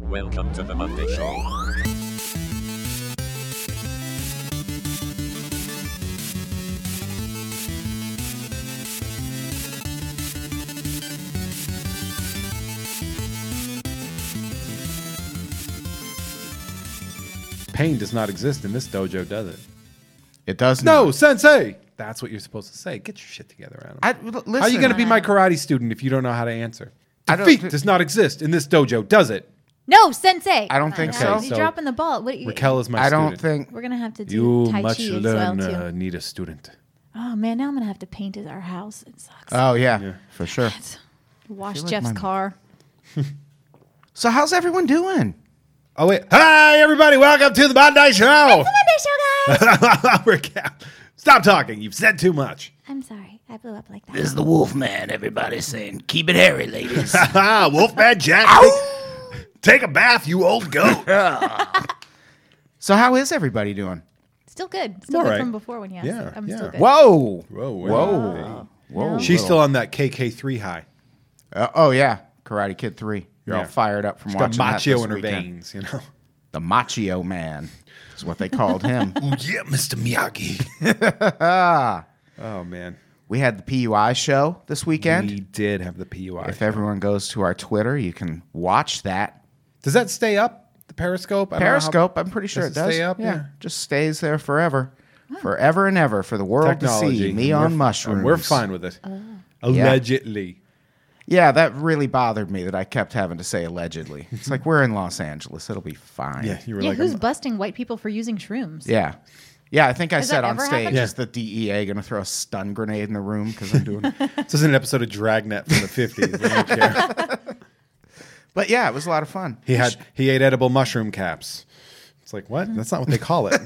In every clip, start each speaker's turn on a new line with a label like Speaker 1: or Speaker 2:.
Speaker 1: Welcome to the Monday Show.
Speaker 2: Pain does not exist in this dojo, does it? Hmm.
Speaker 3: It does
Speaker 2: No,
Speaker 3: not.
Speaker 2: sensei. That's what you're supposed to say. Get your shit together, Adam.
Speaker 3: I, l- listen,
Speaker 2: how are you going to be my karate student if you don't know how to answer?
Speaker 3: I don't
Speaker 2: Defeat
Speaker 3: thi-
Speaker 2: does not exist in this dojo, does it?
Speaker 4: No, sensei.
Speaker 3: I don't think
Speaker 4: Uh,
Speaker 3: so.
Speaker 4: You're
Speaker 2: So-
Speaker 4: dropping the ball. What are you,
Speaker 2: Raquel is my.
Speaker 3: I don't
Speaker 2: student.
Speaker 3: think.
Speaker 4: We're gonna have to do
Speaker 2: you
Speaker 4: tai
Speaker 2: much
Speaker 4: chi as
Speaker 2: learner
Speaker 3: uh,
Speaker 4: well too.
Speaker 2: need a student.
Speaker 4: Oh man, now I'm gonna have to paint his- our house. It sucks.
Speaker 3: Oh yeah, for sure.
Speaker 4: Wash
Speaker 3: like
Speaker 4: Jeff's
Speaker 3: my-
Speaker 4: car.
Speaker 3: So how's everyone doing?
Speaker 2: Oh wait! Hi everybody! Welcome to the Monday Show.
Speaker 4: Monday show, guys.
Speaker 2: Raquel, stop talking. You've said too much.
Speaker 4: I'm sorry, I blew up like that.
Speaker 5: This is the Wolfman. Everybody's saying, keep it hairy, ladies.
Speaker 2: Ah, Wolfman Jack, take, take a bath, you old goat.
Speaker 3: So how is everybody doing?
Speaker 4: Still good. Still good
Speaker 2: alright.
Speaker 4: from before when you asked.
Speaker 2: Yeah,
Speaker 4: it. I'm
Speaker 2: yeah.
Speaker 4: still good.
Speaker 3: Whoa.
Speaker 2: Whoa, wait.
Speaker 3: Whoa. Whoa.
Speaker 2: She's still on that KK3 high.
Speaker 3: Uh, oh yeah, Karate Kid Three. You're
Speaker 2: Yeah.
Speaker 3: all fired up from
Speaker 2: She's got
Speaker 3: watching that
Speaker 2: macho
Speaker 3: this
Speaker 2: in her
Speaker 3: weekend.
Speaker 2: veins, you know.
Speaker 3: The Machio Man is what they called him.
Speaker 2: Oh, yeah, Mr. Miyagi. oh man,
Speaker 3: we had the PUI show this weekend.
Speaker 2: we did have the PUI.
Speaker 3: if everyone goes to our Twitter, you can watch that
Speaker 2: Does that stay up? The Periscope. I don't know how-
Speaker 3: Periscope. I'm pretty sure
Speaker 2: Does
Speaker 3: it
Speaker 2: it
Speaker 3: does.
Speaker 2: stay up?
Speaker 3: Yeah,
Speaker 2: Yeah.
Speaker 3: just stays there forever, forever and ever for the world to see.
Speaker 2: technology.
Speaker 3: Me
Speaker 2: We're-
Speaker 3: on mushrooms.
Speaker 2: We're fine with
Speaker 4: Oh.
Speaker 2: it. Allegedly.
Speaker 3: Yeah, that really bothered me that I kept having to say allegedly. It's like we're in Los Angeles. It'll be fine.
Speaker 2: Yeah, you were
Speaker 4: yeah,
Speaker 2: like, "Mm,
Speaker 4: who's
Speaker 2: I'm-
Speaker 4: busting white people for using shrooms?
Speaker 3: Yeah. Yeah, I think I
Speaker 4: Has
Speaker 3: said
Speaker 4: that
Speaker 3: on
Speaker 4: ever
Speaker 3: stage,
Speaker 4: happened?
Speaker 3: is the DEA going to throw a stun grenade in the room because I'm doing
Speaker 2: this is an episode of Dragnet from the 50s. I don't care.
Speaker 3: But yeah, it was a lot of fun.
Speaker 2: He had he ate edible mushroom caps. It's like what? That's not what they call it.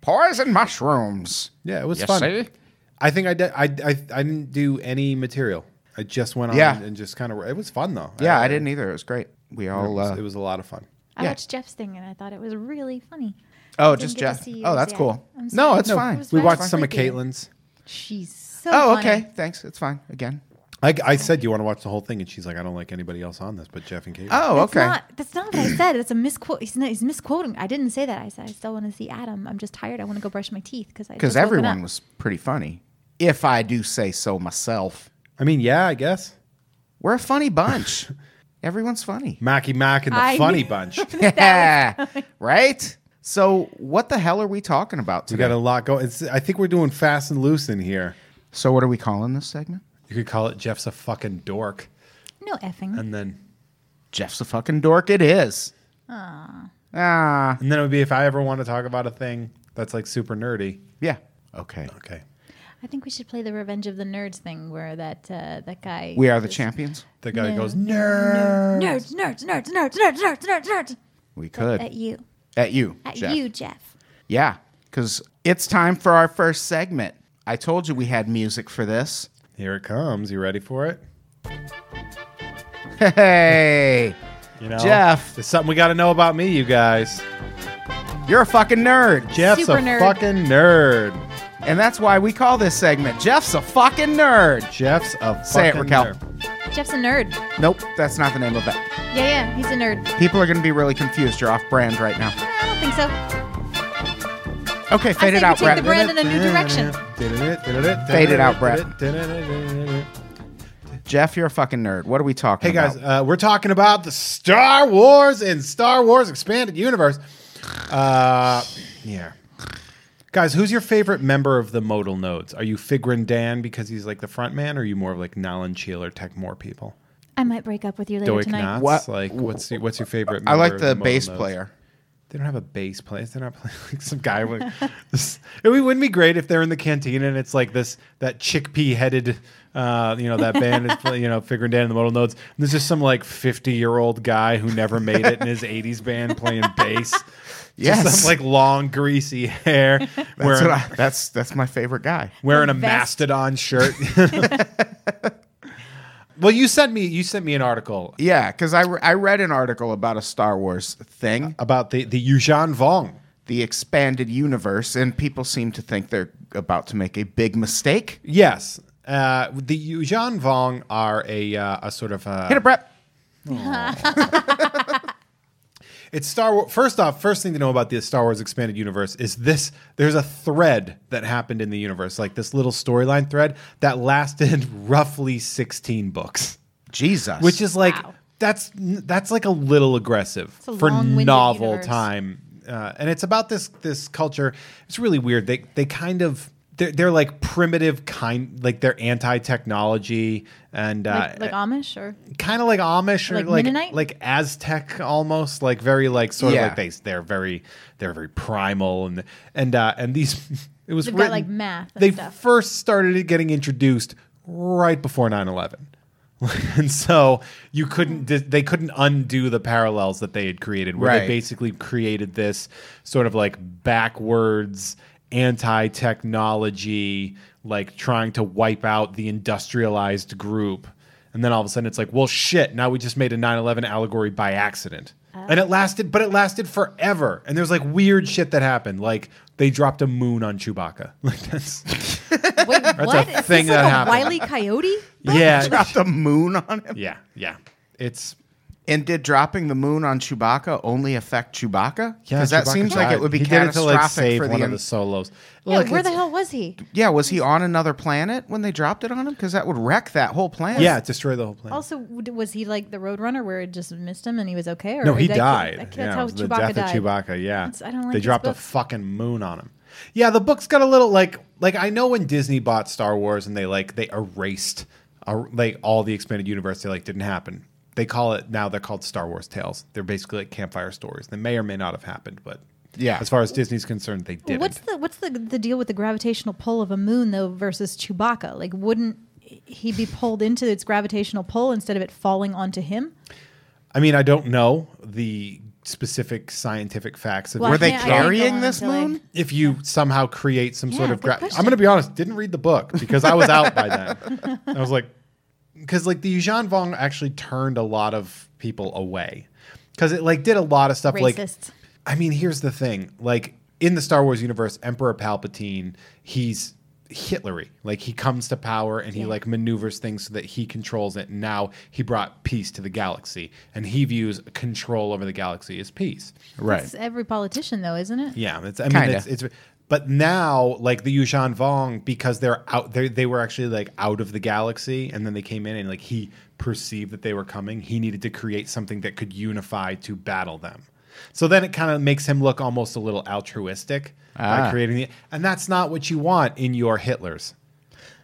Speaker 3: Poison mushrooms.
Speaker 2: Yeah, it was
Speaker 3: You
Speaker 2: fun.
Speaker 3: see?
Speaker 2: I think I did. I, I I didn't do any material. I just went on
Speaker 3: Yeah.
Speaker 2: and just kind of. It was fun though.
Speaker 3: Yeah, I didn't either. It was great. We
Speaker 2: It
Speaker 3: all.
Speaker 2: was,
Speaker 3: Uh,
Speaker 2: it was a lot of fun.
Speaker 4: I
Speaker 3: Yeah.
Speaker 4: watched Jeff's thing and I thought it was really funny.
Speaker 3: oh,
Speaker 4: Didn't
Speaker 3: just
Speaker 4: get to
Speaker 3: Jeff.
Speaker 4: see
Speaker 3: Oh,
Speaker 4: yours
Speaker 3: that's
Speaker 4: yet.
Speaker 3: cool.
Speaker 4: I'm
Speaker 3: No,
Speaker 4: sorry.
Speaker 3: it's
Speaker 2: No,
Speaker 3: fine.
Speaker 4: It was
Speaker 2: we
Speaker 4: fine.
Speaker 2: watched some of
Speaker 4: Creepy.
Speaker 2: Caitlin's.
Speaker 4: She's so.
Speaker 3: Oh,
Speaker 4: funny.
Speaker 3: okay. Thanks. It's fine. Again.
Speaker 2: I, I said you want to watch the whole thing, and she's like, I don't like anybody else on this, but Jeff and Caitlin.
Speaker 3: Oh,
Speaker 4: That's
Speaker 3: okay.
Speaker 4: Not, that's not what I said. That's a misquote. He's, not, he's misquoting. I didn't say that. I said I still want to see Adam. I'm just tired. I want to go brush my teeth because I.
Speaker 3: Because
Speaker 4: just woken
Speaker 3: everyone
Speaker 4: up.
Speaker 3: was pretty funny. If I do say so myself,
Speaker 2: I mean, yeah, I guess.
Speaker 3: we're a funny bunch. Everyone's funny.
Speaker 2: Mackey Mack and the
Speaker 4: I-
Speaker 2: Funny Bunch.
Speaker 3: Yeah. right? So, what the hell are we talking about
Speaker 2: We
Speaker 3: today?
Speaker 2: got a lot going. It's, I think we're doing fast and loose in here.
Speaker 3: So, what are we calling this segment?
Speaker 2: You could call it Jeff's a fucking dork,
Speaker 4: No effing.
Speaker 2: and then
Speaker 3: Jeff's a fucking dork. It is. Ah.
Speaker 2: and then it would be if I ever want to talk about a thing that's like super nerdy.
Speaker 3: Yeah. Okay.
Speaker 2: Okay.
Speaker 4: I think we should play the Revenge of the Nerds thing where that uh, that guy.
Speaker 3: We are the champions.
Speaker 2: The guy
Speaker 4: No.
Speaker 2: goes nerd.
Speaker 4: Nerds, nerds, nerds, nerds, nerds, nerds, nerds, nerds.
Speaker 3: We could.
Speaker 4: At you,
Speaker 3: At you.
Speaker 4: at
Speaker 3: Jeff.
Speaker 4: you, Jeff.
Speaker 3: Yeah. Because it's time for our first segment. I told you we had music for this.
Speaker 2: Here it comes. You ready for it?
Speaker 3: Hey.
Speaker 2: You know,
Speaker 3: Jeff.
Speaker 2: there's something we got to know about me, you guys.
Speaker 3: You're a fucking nerd.
Speaker 2: Jeff's
Speaker 4: Super
Speaker 2: a
Speaker 4: nerd.
Speaker 2: fucking nerd.
Speaker 3: And that's why we call this segment Jeff's a fucking nerd.
Speaker 2: Jeff's a fucking
Speaker 3: Say it, Raquel.
Speaker 2: nerd.
Speaker 4: Jeff's a nerd.
Speaker 3: Nope, that's not the name of it.
Speaker 4: Yeah, yeah, he's a nerd.
Speaker 3: People are going to be really confused. You're off brand right now.
Speaker 4: I don't think so.
Speaker 3: Okay,
Speaker 4: I
Speaker 3: fade
Speaker 4: say
Speaker 3: it
Speaker 4: we
Speaker 3: out,
Speaker 4: take
Speaker 3: Brad.
Speaker 4: the brand in a new direction.
Speaker 2: Fade
Speaker 3: it out, Brett. Jeff, you're a fucking nerd. What are we talking
Speaker 2: Hey guys,
Speaker 3: about?
Speaker 2: uh, we're talking about the Star Wars and Star Wars Expanded Universe. Uh, yeah. Guys, who's your favorite member of the modal nodes? Are you Figrin Dan because he's like the front man, or are you more of like Nalan Cheel or Tech More people?
Speaker 4: I might break up with you later
Speaker 2: Doik
Speaker 4: tonight.
Speaker 2: Knotts?
Speaker 3: What-
Speaker 2: Like, what's your, what's your favorite?
Speaker 3: I like
Speaker 2: member of
Speaker 3: the
Speaker 2: modal
Speaker 3: bass
Speaker 2: nodes?
Speaker 3: player.
Speaker 2: They don't have a bass player. They're not playing like some guy. With, this, it would- wouldn't be great if they're in the canteen and it's like this that chickpea headed, uh, you know, that band is play, you know figuring down in the modal notes. And there's just some like 50 year old guy who never made it in his 80s band playing bass.
Speaker 3: Yes.
Speaker 2: just some like long greasy hair
Speaker 3: That's,
Speaker 2: wearing
Speaker 3: what I, that's that's my favorite guy.
Speaker 2: wearing a
Speaker 4: Vest.
Speaker 2: mastodon shirt. well, you sent me you sent me an article
Speaker 3: Yeah, because I, re- I read an article about a Star Wars thing,
Speaker 2: about the the Yuuzhan Vong.
Speaker 3: the expanded universe, and people seem to think they're about to make a big mistake.
Speaker 2: Yes. Uh, the Yuuzhan Vong are a, uh, a sort of uh
Speaker 3: Get it, Brett.
Speaker 2: It's Star Wars. First off, first thing to know about the Star Wars expanded universe is this. There's a thread that happened in the universe, like this little storyline thread that lasted roughly 16 books,
Speaker 3: Jesus.
Speaker 2: which is like
Speaker 4: Wow.
Speaker 2: that's that's like a little aggressive
Speaker 4: a
Speaker 2: for
Speaker 4: long-winded
Speaker 2: novel
Speaker 4: universe.
Speaker 2: time. Uh, and it's about this this culture. It's really weird. They they kind of. They're, they're like primitive kind, like they're anti-technology and uh,
Speaker 4: Like, like Amish or
Speaker 2: kind of like Amish or
Speaker 4: Like
Speaker 2: like like,
Speaker 4: Mennonite?
Speaker 2: Aztec almost, like very like sort
Speaker 3: Yeah.
Speaker 2: of like they they're very they're very primal and and uh, and these it was
Speaker 4: They've got,
Speaker 2: written,
Speaker 4: like, math and
Speaker 2: they
Speaker 4: stuff.
Speaker 2: first started getting introduced right before 9-11. and so you couldn't they couldn't undo the parallels that they had created where they
Speaker 3: Right.
Speaker 2: basically created this sort of like backwards anti-technology like trying to wipe out the industrialized group and then all of a sudden it's like well shit now we just made a 9-11 allegory by accident and it lasted but it lasted forever and there's like weird shit that happened like they dropped a moon on chewbacca like that's
Speaker 4: wait, what? Is this
Speaker 2: thing
Speaker 4: like
Speaker 2: that
Speaker 4: a
Speaker 2: happened.
Speaker 4: Wily Coyote?
Speaker 2: yeah
Speaker 3: dropped a moon on him.
Speaker 2: yeah yeah it's
Speaker 3: And did dropping the moon on Chewbacca only affect Chewbacca?
Speaker 2: Yeah,
Speaker 3: because that
Speaker 2: Chewbacca
Speaker 3: seems like
Speaker 2: died.
Speaker 3: it would be
Speaker 2: He did it to,
Speaker 3: catastrophic
Speaker 2: like, save
Speaker 3: for
Speaker 2: one
Speaker 3: the.
Speaker 2: of the solos.
Speaker 4: Yeah,
Speaker 2: Look,
Speaker 4: where the
Speaker 2: it's-
Speaker 4: hell was he?
Speaker 3: yeah, was he on another planet when they dropped it on him? Because that would wreck that whole planet.
Speaker 2: Yeah, destroy the whole planet.
Speaker 4: Also, w- was he like the Roadrunner where it just missed him and he was okay? Or
Speaker 2: no, he
Speaker 4: that-
Speaker 2: died.
Speaker 4: that- That's
Speaker 2: yeah, it
Speaker 4: how
Speaker 2: was the death
Speaker 4: Chewbacca died.
Speaker 2: of Chewbacca. Yeah,
Speaker 4: That's- I don't like
Speaker 2: they
Speaker 4: this
Speaker 2: dropped a
Speaker 4: book.
Speaker 2: fucking moon on him. Yeah, the book's got a little like like I know when Disney bought Star Wars and they like they erased uh, like all the expanded universe. They like didn't happen. They call it now. They're called Star Wars tales. They're basically like campfire stories. They may or may not have happened, but
Speaker 3: Yeah.
Speaker 2: as far as Disney's concerned, they didn't.
Speaker 4: What's the what's the the deal with the gravitational pull of a moon though versus Chewbacca? Like, wouldn't he be pulled into its gravitational pull instead of it falling onto him?
Speaker 2: I mean, I don't know the specific scientific facts of
Speaker 4: Well, I
Speaker 3: Were they
Speaker 4: can't- I can't go
Speaker 3: carrying
Speaker 4: on
Speaker 3: this
Speaker 4: until I-
Speaker 3: moon?
Speaker 2: if you somehow create some sort
Speaker 4: Yeah,
Speaker 2: of
Speaker 4: good
Speaker 2: gra-
Speaker 4: question.
Speaker 2: I'm going to be honest, didn't read the book because I was out by then. I was like cuz like the Yuuzhan Vong actually turned a lot of people away cuz it like did a lot of stuff like
Speaker 4: Racists.
Speaker 2: I mean, here's the thing. Like in the Star Wars universe, Emperor Palpatine, he's Hitlery. Like he comes to power and he like maneuvers things so that he controls it. And now he brought peace to the galaxy and he views control over the galaxy as peace.
Speaker 3: Right.
Speaker 4: It's every politician though, isn't it?
Speaker 2: Yeah, it's I mean
Speaker 3: Kinda.
Speaker 2: it's, it's but now like the Yushan Vong because they're out they they were actually like out of the galaxy and then they came in and like he perceived that they were coming. He needed to create something that could unify to battle them. So then it kind of makes him look almost a little altruistic by
Speaker 3: Ah.
Speaker 2: creating the and that's not what you want in your Hitlers.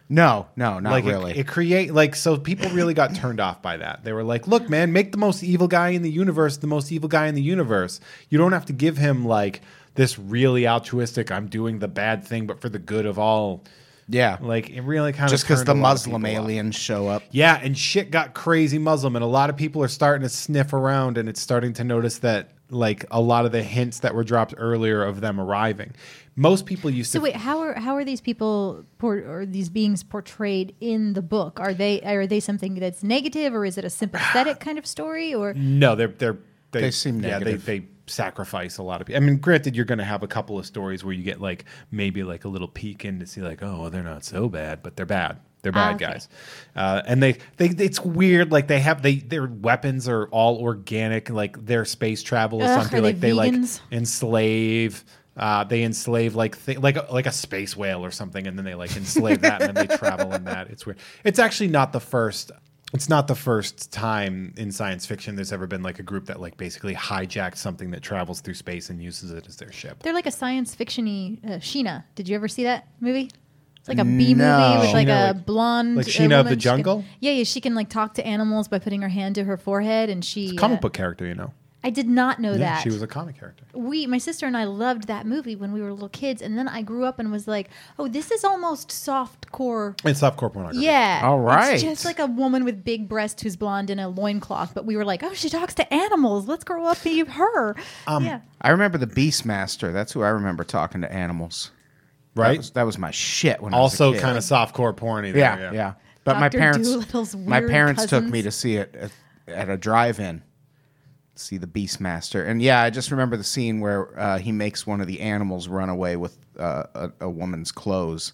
Speaker 3: No, no, not
Speaker 2: Like it-
Speaker 3: really.
Speaker 2: it, create like so people really got turned off by that. They were like, "Look, man, make the most evil guy in the universe the most evil guy in the universe. You don't have to give him like this really altruistic. I'm doing the bad thing, but for the good of all."
Speaker 3: yeah,
Speaker 2: Like it really kind of
Speaker 3: just because the Muslim aliens show up.
Speaker 2: Yeah, and shit got crazy Muslim, and a lot of people are starting to sniff around, and it's starting to notice that like a lot of the hints that were dropped earlier of them arriving. Most people used
Speaker 4: So
Speaker 2: to
Speaker 4: wait, how are how are these people por- or these beings portrayed in the book? Are they are they something that's negative, or is it a sympathetic kind of story? Or
Speaker 2: No, they're they're
Speaker 3: They seem
Speaker 2: yeah
Speaker 3: negative.
Speaker 2: they they sacrifice a lot of people. I mean, granted, you're going to have a couple of stories where you get like maybe like a little peek in to see like oh well, they're not so bad, but they're bad. They're bad
Speaker 4: Ah, okay.
Speaker 2: guys, uh, and they, they it's weird. Like they have they their weapons are all organic. Like their space travel is
Speaker 4: Ugh,
Speaker 2: something
Speaker 4: are they
Speaker 2: like they like
Speaker 4: vegans?
Speaker 2: enslave. Uh, they enslave like th- like a, like a space whale or something, and then they like enslave that, and then they travel in that. It's weird. It's actually not the first. It's not the first time in science fiction there's ever been like a group that like basically hijacked something that travels through space and uses it as their ship.
Speaker 4: they're like a science fictiony uh, Sheena. Did you ever see that movie? It's like a B movie with like
Speaker 2: Sheena,
Speaker 4: a
Speaker 2: like-
Speaker 4: blonde,
Speaker 2: like
Speaker 4: uh,
Speaker 2: Sheena of the
Speaker 4: woman. She can-
Speaker 2: Jungle?
Speaker 4: yeah, yeah, she can like talk to animals by putting her hand to her forehead, and she
Speaker 2: Comic
Speaker 4: uh,
Speaker 2: book character, you know.
Speaker 4: I did not know
Speaker 2: Yeah,
Speaker 4: Oh, that
Speaker 2: she was a comic character.
Speaker 4: we my sister and I loved that movie when we were little kids and then I grew up and was like, "Oh, this is almost soft core."
Speaker 2: And softcore pornography.
Speaker 4: Yeah.
Speaker 3: All right.
Speaker 4: It's just like a woman with big breasts who's blonde in a loincloth, but we were like, "Oh, she talks to animals. Let's grow up be her."
Speaker 2: Um,
Speaker 4: yeah.
Speaker 3: I remember the Beastmaster. That's who I remember talking to animals. That
Speaker 2: right.
Speaker 3: was, that was my shit when I
Speaker 2: also,
Speaker 3: was a kid.
Speaker 2: kind of softcore porny.
Speaker 3: yeah,
Speaker 2: There,
Speaker 3: yeah, But my
Speaker 4: Dr.
Speaker 3: parents,
Speaker 4: Doolittle's
Speaker 3: my
Speaker 4: weird
Speaker 3: parents took
Speaker 4: cousins.
Speaker 3: me to see it at, at a drive-in. See the Beastmaster, and yeah, I just remember the scene where uh, he makes one of the animals run away with uh, a, a woman's clothes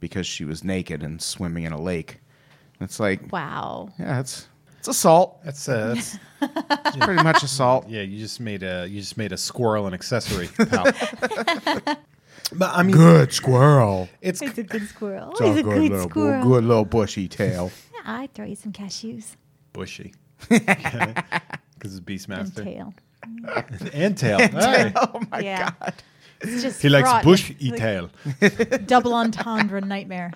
Speaker 3: because she was naked and swimming in a lake. It's like,
Speaker 4: Wow.
Speaker 3: yeah, that's It's assault.
Speaker 2: That's uh, that's
Speaker 3: It's pretty much assault.
Speaker 2: yeah. You just made a you just made a squirrel an accessory. Pal. but I mean,
Speaker 3: Good squirrel.
Speaker 2: it's
Speaker 4: He's a good squirrel.
Speaker 3: It's
Speaker 4: He's a good
Speaker 3: little,
Speaker 4: squirrel.
Speaker 3: good little bushy tail.
Speaker 4: I throw you some cashews
Speaker 2: bushy because it's
Speaker 4: and
Speaker 2: Beastmaster
Speaker 4: tail.
Speaker 2: and tail. Hey.
Speaker 3: oh my
Speaker 4: yeah. It's just
Speaker 2: He likes
Speaker 4: fraught
Speaker 2: bush
Speaker 4: with,
Speaker 2: e
Speaker 4: like, ah.
Speaker 2: tail.
Speaker 4: Double entendre nightmare.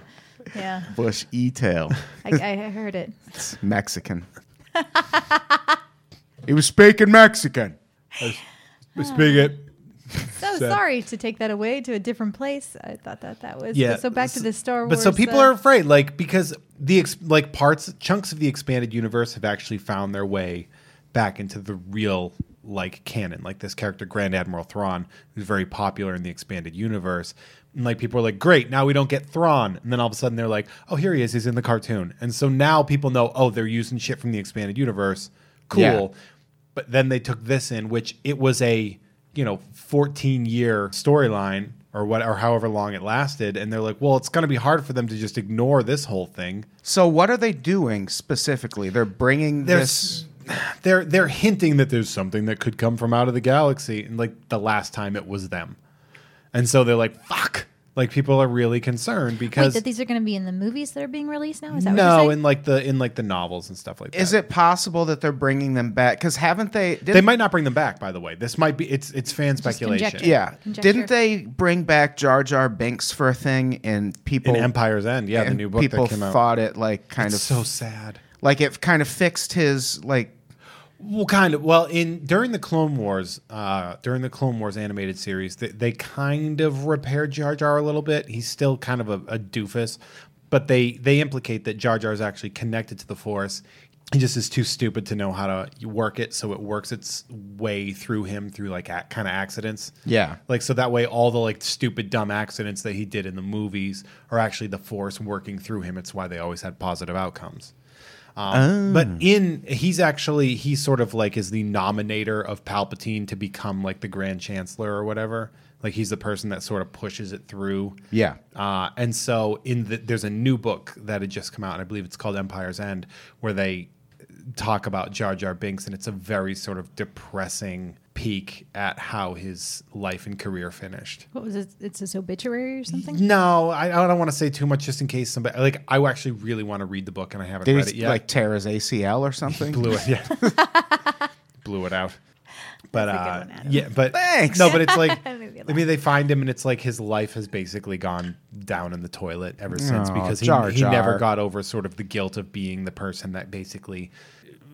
Speaker 4: Yeah,
Speaker 3: bushy tail.
Speaker 4: I, I heard it.
Speaker 3: It's Mexican. he was speaking Mexican.
Speaker 2: Spigot.
Speaker 4: So sorry to take that away to a different place. I thought that that was.
Speaker 2: Yeah.
Speaker 4: So back to the Star Wars.
Speaker 2: But so people
Speaker 4: uh,
Speaker 2: are afraid, like because the ex- like parts chunks of the expanded universe have actually found their way back into the real like canon. Like this character Grand Admiral Thrawn, who's very popular in the expanded universe, and like people are like, great, now we don't get Thrawn, and then all of a sudden they're like, oh, here he is, he's in the cartoon, and so now people know, oh, they're using shit from the expanded universe, cool.
Speaker 3: Yeah.
Speaker 2: But then they took this in, which it was a you know 14 year storyline or what or however long it lasted, and they're like, well, it's going to be hard for them to just ignore this whole thing.
Speaker 3: So what are they doing specifically? They're bringing this.
Speaker 2: There's they're they're hinting that there's something that could come from out of the galaxy, and like the last time it was them, and so they're like, fuck. Like people are really concerned
Speaker 4: Wait,
Speaker 2: because
Speaker 4: that these are going to be in the movies that are being released now? Is that what
Speaker 2: no,
Speaker 4: you're
Speaker 2: in like the in like the novels and stuff like that.
Speaker 3: Is it possible that they're bringing them back? Because haven't they? Didn't,
Speaker 2: They might not bring them back, by the way. This might be it's it's fan speculation.
Speaker 4: conjecture.
Speaker 3: Yeah.
Speaker 4: Conjecture.
Speaker 3: Didn't they bring back Jar Jar Binks for a thing? And people.
Speaker 2: In Empire's End, yeah, the
Speaker 3: and
Speaker 2: new book
Speaker 3: people
Speaker 2: that came out.
Speaker 3: thought it like kind
Speaker 2: it's
Speaker 3: of
Speaker 2: so sad.
Speaker 3: like it kind of fixed his like
Speaker 2: Well, kind of. Well, in during the Clone Wars, uh, during the Clone Wars animated series, they, they kind of repaired Jar Jar a little bit. He's still kind of a, a doofus, but they they implicate that Jar Jar is actually connected to the Force. He just is too stupid to know how to work it, so it works its way through him through like ac kind of accidents.
Speaker 3: Yeah.
Speaker 2: like so that way all the like stupid dumb accidents that he did in the movies are actually the Force working through him. It's why they always had positive outcomes. Um, But
Speaker 3: Oh.
Speaker 2: in he's actually he sort of like is the nominator of Palpatine to become like the Grand Chancellor or whatever. Like he's the person that sort of pushes it through.
Speaker 3: Yeah.
Speaker 2: Uh, and so in the, there's a new book that had just come out, and I believe it's called Empire's End, where they talk about Jar Jar Binks, and it's a very sort of depressing peek at how his life and career finished.
Speaker 4: What was it? It's his obituary or something?
Speaker 2: No, I, I don't want to say too much just in case somebody like I actually really want to read the book and I haven't
Speaker 3: did
Speaker 2: read
Speaker 3: he
Speaker 2: it yet.
Speaker 3: like tear his ACL or something?
Speaker 2: blew it. Yeah, blew it out. But
Speaker 4: That's a good
Speaker 2: uh,
Speaker 4: one, Adam.
Speaker 2: yeah, but
Speaker 3: Thanks.
Speaker 2: No, but it's like I
Speaker 4: That made me laugh.
Speaker 2: mean, they find him, and it's like his life has basically gone down in the toilet ever since
Speaker 3: Aw,
Speaker 2: because he,
Speaker 3: Jar
Speaker 2: he never
Speaker 3: Jar.
Speaker 2: got over sort of the guilt of being the person that basically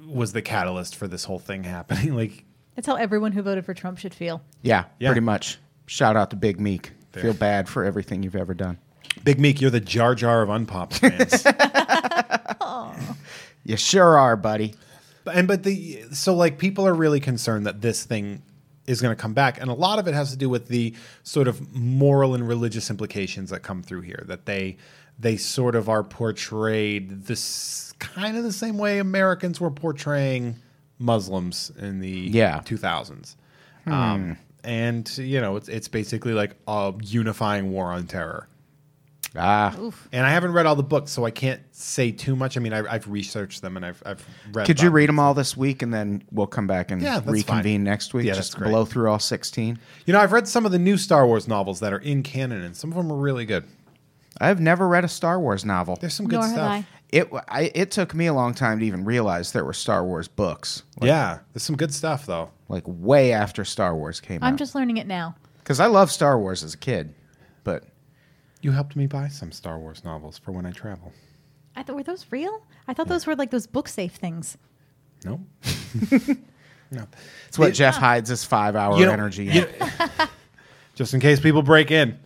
Speaker 2: was the catalyst for this whole thing happening. Like,
Speaker 4: That's how everyone who voted for Trump should feel.
Speaker 3: Yeah,
Speaker 2: Yeah.
Speaker 3: pretty much. Shout out to Big Meek.
Speaker 2: There.
Speaker 3: Feel bad for everything you've ever done.
Speaker 2: Big Meek, you're the Jar Jar of Unpopped fans.
Speaker 3: You sure are, buddy.
Speaker 2: But- and but the so like people are really concerned that this thing is going to come back and a lot of it has to do with the sort of moral and religious implications that come through here that they they sort of are portrayed this kind of the same way Americans were portraying Muslims in the
Speaker 3: Yeah. Hmm.
Speaker 2: 2000s um, and you know it's it's basically like a unifying war on terror
Speaker 3: Ah,
Speaker 2: and I haven't read all the books so I can't say too much I mean I, I've researched them and I've I've read
Speaker 3: could you
Speaker 2: about them.
Speaker 3: read them all this week, and then we'll come back and
Speaker 2: Yeah, that's
Speaker 3: reconvene
Speaker 2: fine.
Speaker 3: next week?
Speaker 2: Yeah,
Speaker 3: just
Speaker 2: that's great.
Speaker 3: blow through all sixteen.
Speaker 2: You know, I've read some of the new Star Wars novels that are in canon, and some of them are really good.
Speaker 3: I've never read a Star Wars novel.
Speaker 2: There's some good
Speaker 4: Nor have
Speaker 2: stuff.
Speaker 4: I.
Speaker 3: It w- I, it took me a long time to even realize there were Star Wars books. Like,
Speaker 2: yeah, there's some good stuff though.
Speaker 3: like way after Star Wars came
Speaker 4: I'm
Speaker 3: out.
Speaker 4: just learning it now.
Speaker 3: Because I love Star Wars as a kid, but
Speaker 2: You helped me buy some Star Wars novels for when I travel.
Speaker 4: I thought were those real? I thought those were like those book safe things.
Speaker 2: No, no.
Speaker 3: it's what Jeff hides his five hour
Speaker 2: You know-
Speaker 3: energy. in.
Speaker 2: Just in case people break in,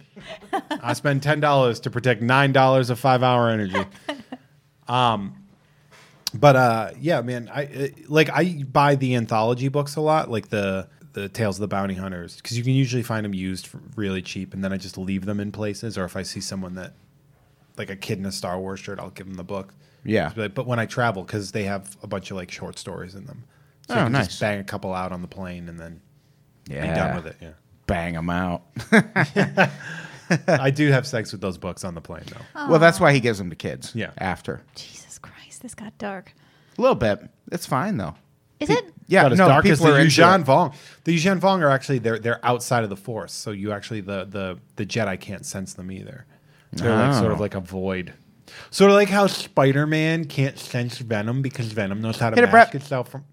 Speaker 2: I spend ten dollars to protect nine dollars of five hour energy. Um, but uh, yeah, man, I uh, like I buy the anthology books a lot, like the the Tales of the Bounty Hunters, because you can usually find them used for really cheap, and then I just leave them in places, or if I see someone that like a kid in a Star Wars shirt, I'll give them the book.
Speaker 3: Yeah.
Speaker 2: Just be like- but when I travel, because they have a bunch of like short stories in them, so
Speaker 3: Oh,
Speaker 2: you can
Speaker 3: nice.
Speaker 2: just bang a couple out on the plane and then
Speaker 3: yeah,
Speaker 2: be done with it. Yeah.
Speaker 3: Bang them out.
Speaker 2: I do have sex with those books on the plane, though.
Speaker 3: Well, that's why he gives them to kids.
Speaker 2: Yeah.
Speaker 3: After.
Speaker 4: Jesus Christ, this got dark.
Speaker 3: A little bit. It's fine though.
Speaker 4: Is it?
Speaker 3: Yeah,
Speaker 2: Not as
Speaker 3: no,
Speaker 2: dark as
Speaker 3: people
Speaker 2: the
Speaker 3: are into
Speaker 2: Yuuzhan
Speaker 3: it.
Speaker 2: Vong. The Yuuzhan Vong are actually they're they're outside of the Force, so you actually the the the Jedi can't sense them either. They're like sort of
Speaker 4: Ah.
Speaker 3: Oh.
Speaker 2: like a void. Sort of like how Spider Man can't sense Venom because Venom knows how to
Speaker 3: Hit it,
Speaker 2: mask
Speaker 3: Brett.
Speaker 2: itself from.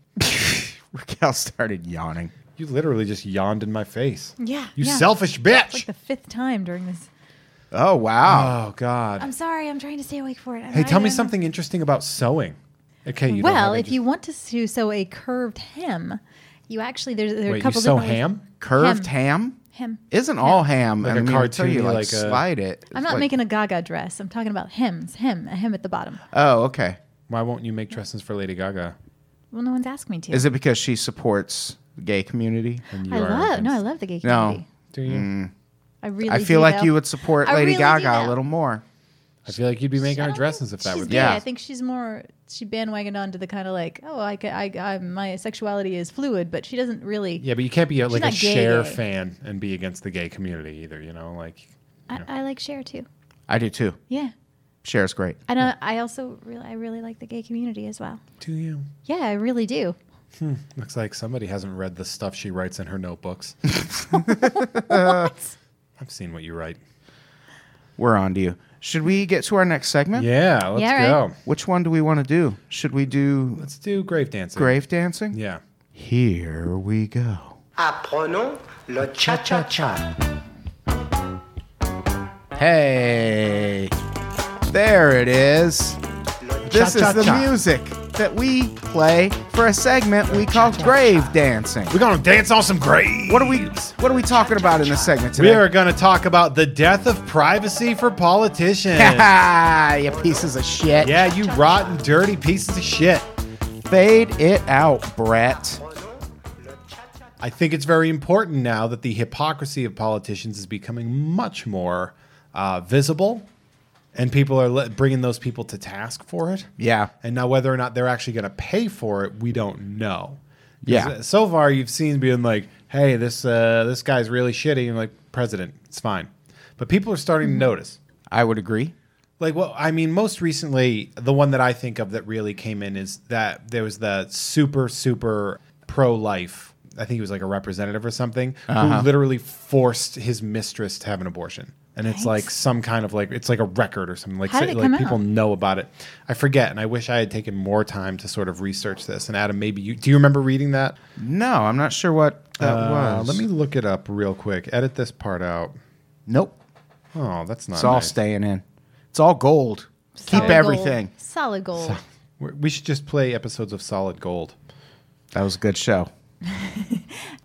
Speaker 3: Raquel started yawning.
Speaker 2: You literally just yawned in my face.
Speaker 4: Yeah,
Speaker 2: You
Speaker 4: yeah.
Speaker 2: selfish
Speaker 4: It's like
Speaker 2: bitch.
Speaker 4: the fifth time during this.
Speaker 3: Oh wow.
Speaker 2: oh God.
Speaker 4: I'm sorry. I'm trying to stay awake for it.
Speaker 2: hey, tell me something interesting about sewing. Okay. You don't
Speaker 4: well,
Speaker 2: have
Speaker 4: if
Speaker 2: any-
Speaker 4: you want to sew- sew a curved hem, you actually there's there are
Speaker 2: wait,
Speaker 4: a
Speaker 2: you
Speaker 4: couple
Speaker 2: sew
Speaker 4: different ways-
Speaker 2: ham.
Speaker 3: Curved ham.
Speaker 4: Hem.
Speaker 3: Isn't all ham.
Speaker 2: Like
Speaker 3: I
Speaker 2: a
Speaker 3: mean, until you
Speaker 2: cartoony,
Speaker 3: like,
Speaker 2: like uh, a-
Speaker 3: slide it.
Speaker 4: I'm
Speaker 3: it's
Speaker 4: not
Speaker 3: like-
Speaker 4: making a Gaga dress. I'm talking about hems. Hem. A hem at the bottom.
Speaker 3: Oh, okay.
Speaker 2: Why won't you make dresses for Lady Gaga?
Speaker 4: Well, no one's asked me to.
Speaker 3: Is it because she supports the gay community?
Speaker 2: You
Speaker 4: I
Speaker 2: are
Speaker 4: love. No, I
Speaker 2: against- Mm.
Speaker 4: love the gay
Speaker 3: No.
Speaker 4: community.
Speaker 2: Do you?
Speaker 4: I really.
Speaker 3: I feel
Speaker 4: do,
Speaker 3: like
Speaker 4: though.
Speaker 3: you would support
Speaker 4: I
Speaker 3: Lady
Speaker 4: really do,
Speaker 3: Gaga a
Speaker 4: though.
Speaker 3: little more.
Speaker 2: I feel like you'd be making
Speaker 4: I
Speaker 2: her
Speaker 4: don't
Speaker 2: dresses if
Speaker 4: think
Speaker 2: that
Speaker 4: she's
Speaker 2: would be.
Speaker 4: gay.
Speaker 3: Yeah.
Speaker 4: I think she's more. She bandwagoned onto the kind of like, oh, I, ca- I, I, my sexuality is fluid, but she doesn't really.
Speaker 2: Yeah, but you can't be a, like a
Speaker 4: not gay,
Speaker 2: share
Speaker 4: gay.
Speaker 2: fan and be against the gay community either. You know, like
Speaker 4: I, I like Cher too.
Speaker 3: I do too.
Speaker 4: Yeah,
Speaker 3: Cher's great.
Speaker 4: and I, I also really, I really like the gay community as well.
Speaker 2: do you?
Speaker 4: Yeah, I really do.
Speaker 2: Looks like somebody hasn't read the stuff she writes in her notebooks. I've seen what you write.
Speaker 3: We're on to you. Should we get to our next segment?
Speaker 2: Yeah, let's
Speaker 4: Yeah, right.
Speaker 2: go.
Speaker 3: Which one do we want to do? Should we do
Speaker 2: Let's do grave dancing.
Speaker 3: grave dancing?
Speaker 2: Yeah.
Speaker 3: Here we go.
Speaker 6: Apprenons le cha-cha-cha.
Speaker 3: Hey, there it is. This is the
Speaker 2: Cha-cha-cha.
Speaker 3: music that we play for a segment we call grave dancing.
Speaker 2: We're gonna dance on some graves.
Speaker 3: What are we What are we talking about in this segment
Speaker 2: We
Speaker 3: today?
Speaker 2: are gonna talk about the death of privacy for politicians.
Speaker 3: Ha you pieces of shit.
Speaker 2: yeah, you rotten, dirty pieces of shit.
Speaker 3: Fade it out, Brett.
Speaker 2: I think it's very important now that the hypocrisy of politicians is becoming much more uh, visible, and people are le- bringing those people to task for it.
Speaker 3: Yeah.
Speaker 2: And now, whether or not they're actually going to pay for it, we don't know. 'Cause,
Speaker 3: Yeah.
Speaker 2: uh, So far, you've seen being like, "Hey, this uh, this guy's really shitty," and like, "President, it's fine," but people are starting
Speaker 3: Mm-hmm.
Speaker 2: to notice.
Speaker 3: I would agree.
Speaker 2: Like, well, I mean, most recently, the one that I think of that really came in is that there was the super, super pro life. I think he was like a representative or something
Speaker 4: Uh-huh.
Speaker 2: who literally forced his mistress to have an abortion. And it's like some kind of like it's like a record or something like
Speaker 4: How did
Speaker 2: say-
Speaker 4: it
Speaker 2: like
Speaker 4: come
Speaker 2: people
Speaker 4: out?
Speaker 2: know about it. I forget, and I wish I had taken more time to sort of research this. And Adam, maybe you do you remember reading that?
Speaker 3: No, I'm not sure what that
Speaker 2: Uh,
Speaker 3: was.
Speaker 2: let me look it up real quick. Edit this part out.
Speaker 3: Nope.
Speaker 2: Oh, that's not.
Speaker 3: It's all
Speaker 2: nice.
Speaker 3: staying in. It's all gold.
Speaker 4: Solid
Speaker 3: Keep everything.
Speaker 4: Gold. Solid gold.
Speaker 2: We- We should just play episodes of Solid Gold.
Speaker 3: That was a good show.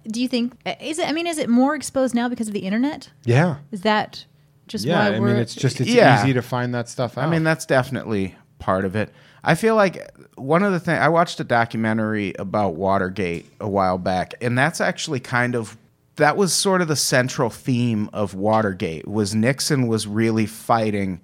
Speaker 4: Do you think uh, is it? I mean, is it more exposed now because of the internet?
Speaker 2: Yeah.
Speaker 4: Is that just
Speaker 2: Yeah,
Speaker 4: why
Speaker 2: I
Speaker 4: we're?
Speaker 2: mean, it's just it's
Speaker 3: Yeah.
Speaker 2: easy to find that stuff out.
Speaker 3: I mean, that's definitely part of it. I feel like one of the things I watched a documentary about Watergate a while back, and that's actually kind of that was sort of the central theme of Watergate was Nixon was really fighting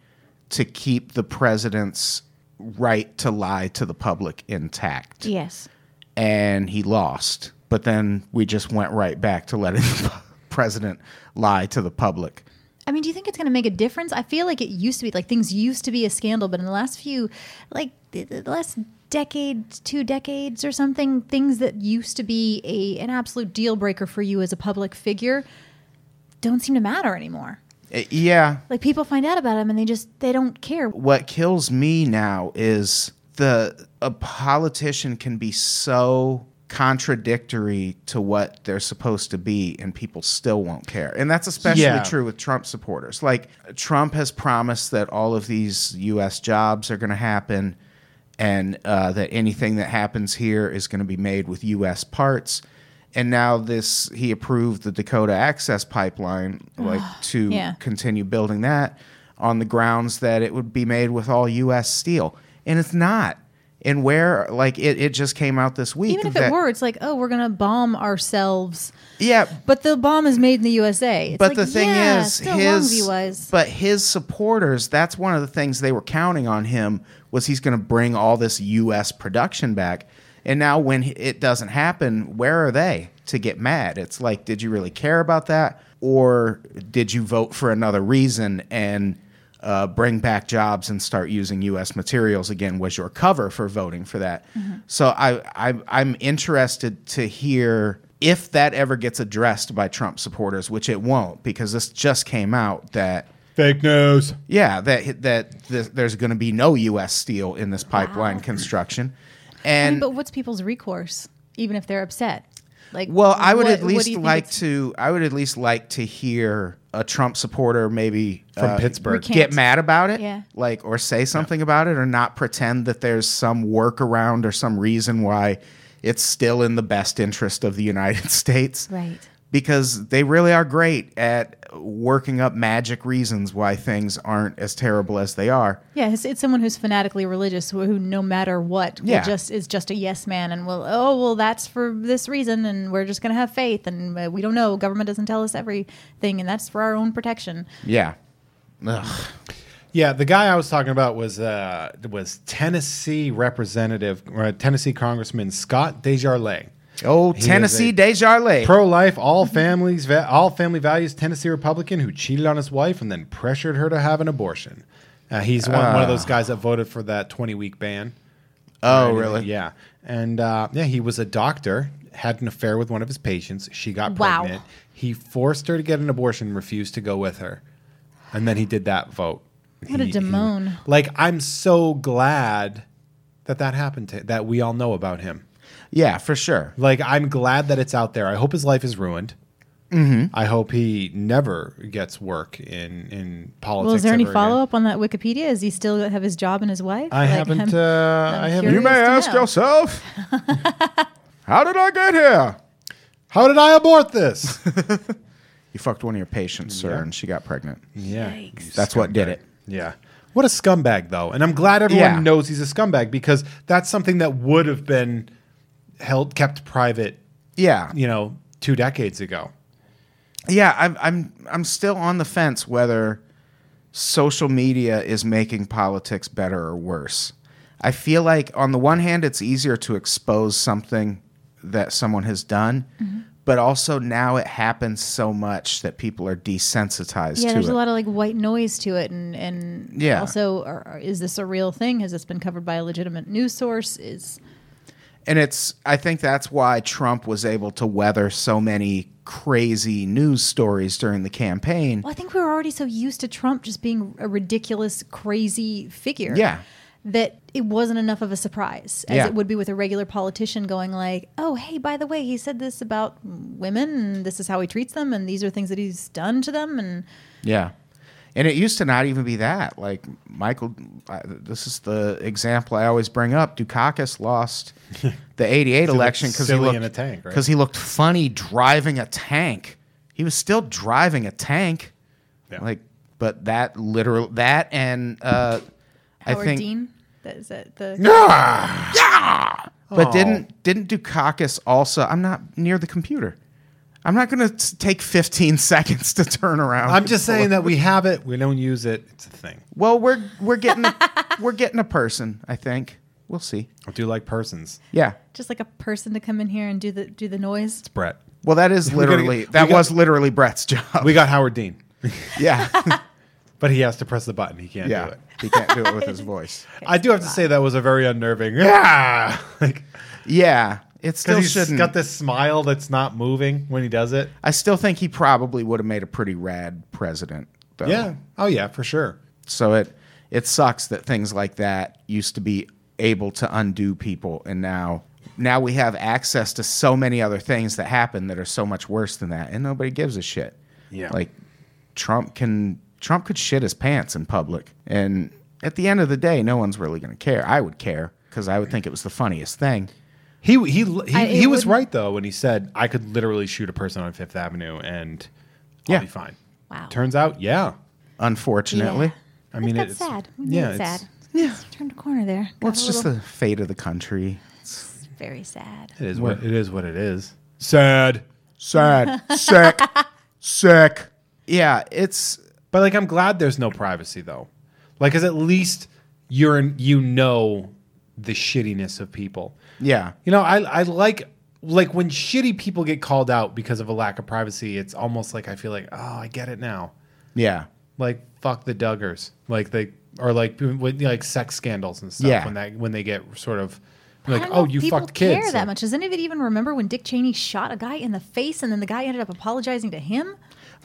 Speaker 3: to keep the president's right to lie to the public intact
Speaker 4: yes.
Speaker 3: and he lost. But then we just went right back to letting the president lie to the public.
Speaker 4: I mean, do you think it's going to make a difference? I feel like it used to be like things used to be a scandal, but in the last few, like the the last decade, two decades or something, things that used to be a an absolute deal breaker for you as a public figure don't seem to matter anymore.
Speaker 3: Uh, Yeah,
Speaker 4: Like people find out about them and they just they don't care.
Speaker 3: what kills me now is the a politician can be so contradictory to what they're supposed to be and people still won't care. And that's especially
Speaker 2: Yeah.
Speaker 3: true with Trump supporters. Like Trump has promised that all of these US jobs are going to happen and uh, that anything that happens here is going to be made with US parts. And now this he approved the Dakota Access pipeline like to
Speaker 4: yeah.
Speaker 3: continue building that on the grounds that it would be made with all U.S. steel, and it's not. And where like it, it just came out this week.
Speaker 4: Even if
Speaker 3: that-
Speaker 4: it were, it's like, oh, we're going to bomb ourselves.
Speaker 3: yeah.
Speaker 4: But the bomb is made in the USA. It's
Speaker 3: But
Speaker 4: like,
Speaker 3: the thing
Speaker 4: yeah,
Speaker 3: is,
Speaker 4: still wrong,
Speaker 3: his
Speaker 4: VYs.
Speaker 3: but his supporters. That's one of the things they were counting on him was he's going to bring all this U.S. production back. And now when he- it doesn't happen, where are they to get mad? It's like, did you really care about that, or did you vote for another reason? And uh, bring back jobs and start using U.S. materials again was your cover for voting for that. So I, I I'm interested to hear if that ever gets addressed by Trump supporters, which it won't, because this just came out that
Speaker 2: Fake news.
Speaker 3: yeah, that that th- there's going to be no U.S. steel in this pipeline construction, and
Speaker 4: but what's people's recourse, even if they're upset? Like,
Speaker 3: well, I would
Speaker 4: what-
Speaker 3: at
Speaker 4: what do you
Speaker 3: least
Speaker 4: think
Speaker 3: like
Speaker 4: it's-
Speaker 3: to. I would at least like to hear a Trump supporter maybe
Speaker 2: From
Speaker 3: uh,
Speaker 2: Pittsburgh.
Speaker 4: recant.
Speaker 3: get mad about it,
Speaker 4: Yeah.
Speaker 3: like or say something about it, or not pretend that there's some workaround or some reason why it's still in the best interest of the United States,
Speaker 4: Right.
Speaker 3: Because they really are great at working up magic reasons why things aren't as terrible as they are.
Speaker 4: Yeah, it's, it's someone who's fanatically religious who, who no matter what, will
Speaker 3: Yeah.
Speaker 4: just is just a yes man and will oh well that's for this reason and we're just gonna have faith and uh, we don't know government doesn't tell us everything and that's for our own protection.
Speaker 3: Yeah. Ugh.
Speaker 2: Yeah, the guy I was talking about was uh, was Tennessee Representative, uh, Tennessee Congressman Scott Desjarlais.
Speaker 3: Oh,
Speaker 2: is
Speaker 3: Tennessee
Speaker 2: a
Speaker 3: Desjardins.
Speaker 2: Pro life, all families, va- all family values. Tennessee Republican who cheated on his wife and then pressured her to have an abortion. Uh, he's one, one of those guys that voted for that twenty week ban.
Speaker 3: oh,
Speaker 2: And,
Speaker 3: really?
Speaker 2: Yeah, and uh, yeah, he was a doctor, had an affair with one of his patients. She got
Speaker 4: Wow.
Speaker 2: pregnant. He forced her to get an abortion, refused to go with her, and then he did that vote.
Speaker 4: What a
Speaker 2: He- he-
Speaker 4: Damone.
Speaker 2: Like I'm so glad that that happened to that we all know about him.
Speaker 3: Yeah, for sure.
Speaker 2: Like I'm glad that it's out there. I hope his life is ruined.
Speaker 4: Mm-hmm.
Speaker 2: I hope he never gets work in in politics.
Speaker 4: Well, is there any
Speaker 2: ever again.
Speaker 4: follow up on that Wikipedia? Is he still have his job and his wife?
Speaker 2: I
Speaker 4: Like,
Speaker 2: haven't.
Speaker 4: I'm-
Speaker 2: Uh, I haven't.
Speaker 4: You may Curious to ask know.
Speaker 3: yourself, how did I get here?
Speaker 2: How did I abort this?
Speaker 3: You fucked one of your patients, sir, and she got pregnant.
Speaker 2: yeah.
Speaker 3: That's what did it.
Speaker 2: Yeah. What a scumbag, though. And I'm glad everyone
Speaker 3: Yeah.
Speaker 2: knows he's a scumbag because that's something that would have been held kept private,
Speaker 3: Yeah,
Speaker 2: you know, two decades ago.
Speaker 3: yeah. I'm, I'm, I'm still on the fence whether social media is making politics better or worse. I feel like on the one hand, it's easier to expose something that someone has done,
Speaker 4: Mm-hmm.
Speaker 3: but also now it happens so much that people are desensitized
Speaker 4: yeah,
Speaker 3: to
Speaker 4: there's
Speaker 3: it.
Speaker 4: a lot of like white noise to it, and and
Speaker 3: Yeah.
Speaker 4: Also, are, are- is this a real thing? Has this been covered by a legitimate news source? Is
Speaker 3: And it's I think that's why Trump was able to weather so many crazy news stories during the campaign.
Speaker 4: Well, I think we were already so used to Trump just being a ridiculous, crazy figure.
Speaker 3: Yeah.
Speaker 4: That it wasn't enough of a surprise as
Speaker 3: Yeah.
Speaker 4: it would be with a regular politician going like, "Oh, hey, by the way, he said this about women, and this is how he treats them, and these are things that he's done to them." And
Speaker 3: Yeah. And it used to not even be that. Like Michael I, this is the example I always bring up. Dukakis lost the 88 election cuz he
Speaker 2: silly
Speaker 3: looked
Speaker 2: in a tank, right?
Speaker 3: cuz he looked funny driving a tank. He was still driving a tank.
Speaker 2: Yeah.
Speaker 3: Like but that literal that and uh
Speaker 4: Howard
Speaker 3: I think
Speaker 4: Dean, that is that the
Speaker 2: Oh.
Speaker 3: But didn't didn't Dukakis also? I'm not near the computer. I'm not going to take 15 seconds to turn around.
Speaker 2: I'm just saying that we have it, we don't use it. It's a thing.
Speaker 3: Well, we're we're getting a, we're getting a person. I think we'll see.
Speaker 2: I do like persons.
Speaker 3: Yeah.
Speaker 4: just like a person to come in here and do the do the noise.
Speaker 2: It's Brett.
Speaker 3: Well, that is
Speaker 2: gotta
Speaker 3: literally
Speaker 2: get- we
Speaker 3: that
Speaker 2: got-
Speaker 3: was literally Brett's job.
Speaker 2: We got Howard Dean,
Speaker 3: yeah.
Speaker 2: but he has to press the button. He can't do
Speaker 3: yeah.
Speaker 2: it.
Speaker 3: He can't do it with his voice.
Speaker 2: I do have to say that was a very unnerving. Yeah, like
Speaker 3: Yeah. It still
Speaker 2: because he's
Speaker 3: shouldn't.
Speaker 2: got this smile that's not moving when he does it.
Speaker 3: I still think he probably would have made a pretty rad president. Though.
Speaker 2: Yeah. Oh yeah, for sure.
Speaker 3: So it it sucks that things like that used to be able to undo people, and now now we have access to so many other things that happen that are so much worse than that, and nobody gives a shit.
Speaker 2: Yeah.
Speaker 3: like Trump can Trump could shit his pants in public, and at the end of the day, no one's really going to care. I would care because I would think it was the funniest thing.
Speaker 2: He he he,
Speaker 4: I-
Speaker 2: he
Speaker 4: it
Speaker 2: was
Speaker 4: wouldn't-
Speaker 2: right though when he said I could literally shoot a person on Fifth Avenue and I'll
Speaker 3: Yeah.
Speaker 2: be fine.
Speaker 4: Wow.
Speaker 2: Turns out, yeah.
Speaker 3: Unfortunately,
Speaker 2: I mean,
Speaker 4: that's
Speaker 2: it's
Speaker 4: sad. We made
Speaker 2: yeah,
Speaker 4: it
Speaker 2: it's-
Speaker 4: sad. Yeah, turned a corner there.
Speaker 3: well,
Speaker 4: Got
Speaker 3: it's
Speaker 4: a
Speaker 3: just
Speaker 4: little-
Speaker 3: the fate of the country.
Speaker 4: very sad.
Speaker 2: It is what it is. What it is. Sad.
Speaker 3: Sad, sick, sick. Yeah, it's
Speaker 2: But like, I'm glad there's no privacy though. Like, cause at least you're in, you know the shittiness of people.
Speaker 3: yeah.
Speaker 2: You know, I I like like when shitty people get called out because of a lack of privacy. It's almost like I feel like oh, I get it now.
Speaker 3: Yeah.
Speaker 2: like fuck the Duggars, like they are like with, like sex scandals and stuff
Speaker 3: Yeah.
Speaker 2: when that when they get sort of
Speaker 4: I
Speaker 2: like
Speaker 4: don't know
Speaker 2: oh
Speaker 4: if
Speaker 2: you
Speaker 4: people
Speaker 2: fucked
Speaker 4: care
Speaker 2: kids.
Speaker 4: that much. Does anybody even remember when Dick Cheney shot a guy in the face and then the guy ended up apologizing to him?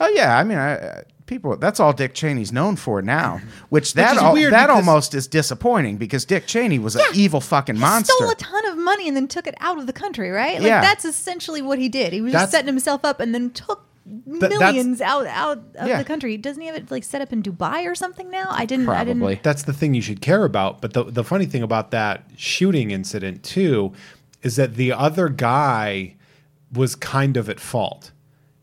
Speaker 3: Oh yeah, I mean, I, I- people. That's all Dick Cheney's known for now. Which that
Speaker 2: is
Speaker 3: al-
Speaker 2: weird
Speaker 3: that
Speaker 2: because-
Speaker 3: almost is disappointing because Dick Cheney was an evil fucking monster.
Speaker 4: Stole a ton of money and then took it out of the country, right? Like
Speaker 3: Yeah.
Speaker 4: that's essentially what he did. He was
Speaker 2: That's-
Speaker 4: just setting himself up and then took
Speaker 2: that's-
Speaker 4: millions out out of
Speaker 3: Yeah.
Speaker 4: the country. Doesn't he have it like set up in Dubai or something now? I didn't. I didn't.
Speaker 3: Probably.
Speaker 2: That's the thing you should care about. But the the funny thing about that shooting incident too is that the other guy was kind of at fault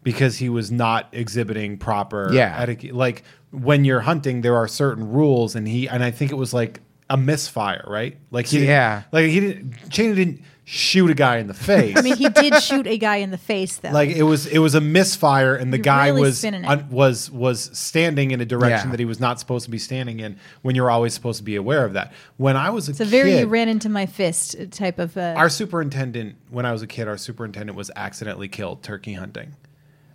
Speaker 2: because he was not exhibiting proper
Speaker 3: Yeah.
Speaker 2: etiquette. Like when you're hunting, there are certain rules, and he and I think it was like a misfire, right? Like he didn't-
Speaker 3: Yeah.
Speaker 2: like he didn't. Cheney didn't shoot a guy in the face.
Speaker 4: I mean, he did shoot a guy in the face though.
Speaker 2: like it was it was a misfire and the
Speaker 4: You're
Speaker 2: guy
Speaker 4: really
Speaker 2: was
Speaker 4: spinning it.
Speaker 2: un- was was standing in a direction
Speaker 3: Yeah.
Speaker 2: that he was not supposed to be standing in when you're always supposed to be aware of that when i was a
Speaker 4: it's a very
Speaker 2: kid,
Speaker 4: you ran into my fist type of. Uh,
Speaker 2: our superintendent when i was a kid our superintendent was accidentally killed turkey hunting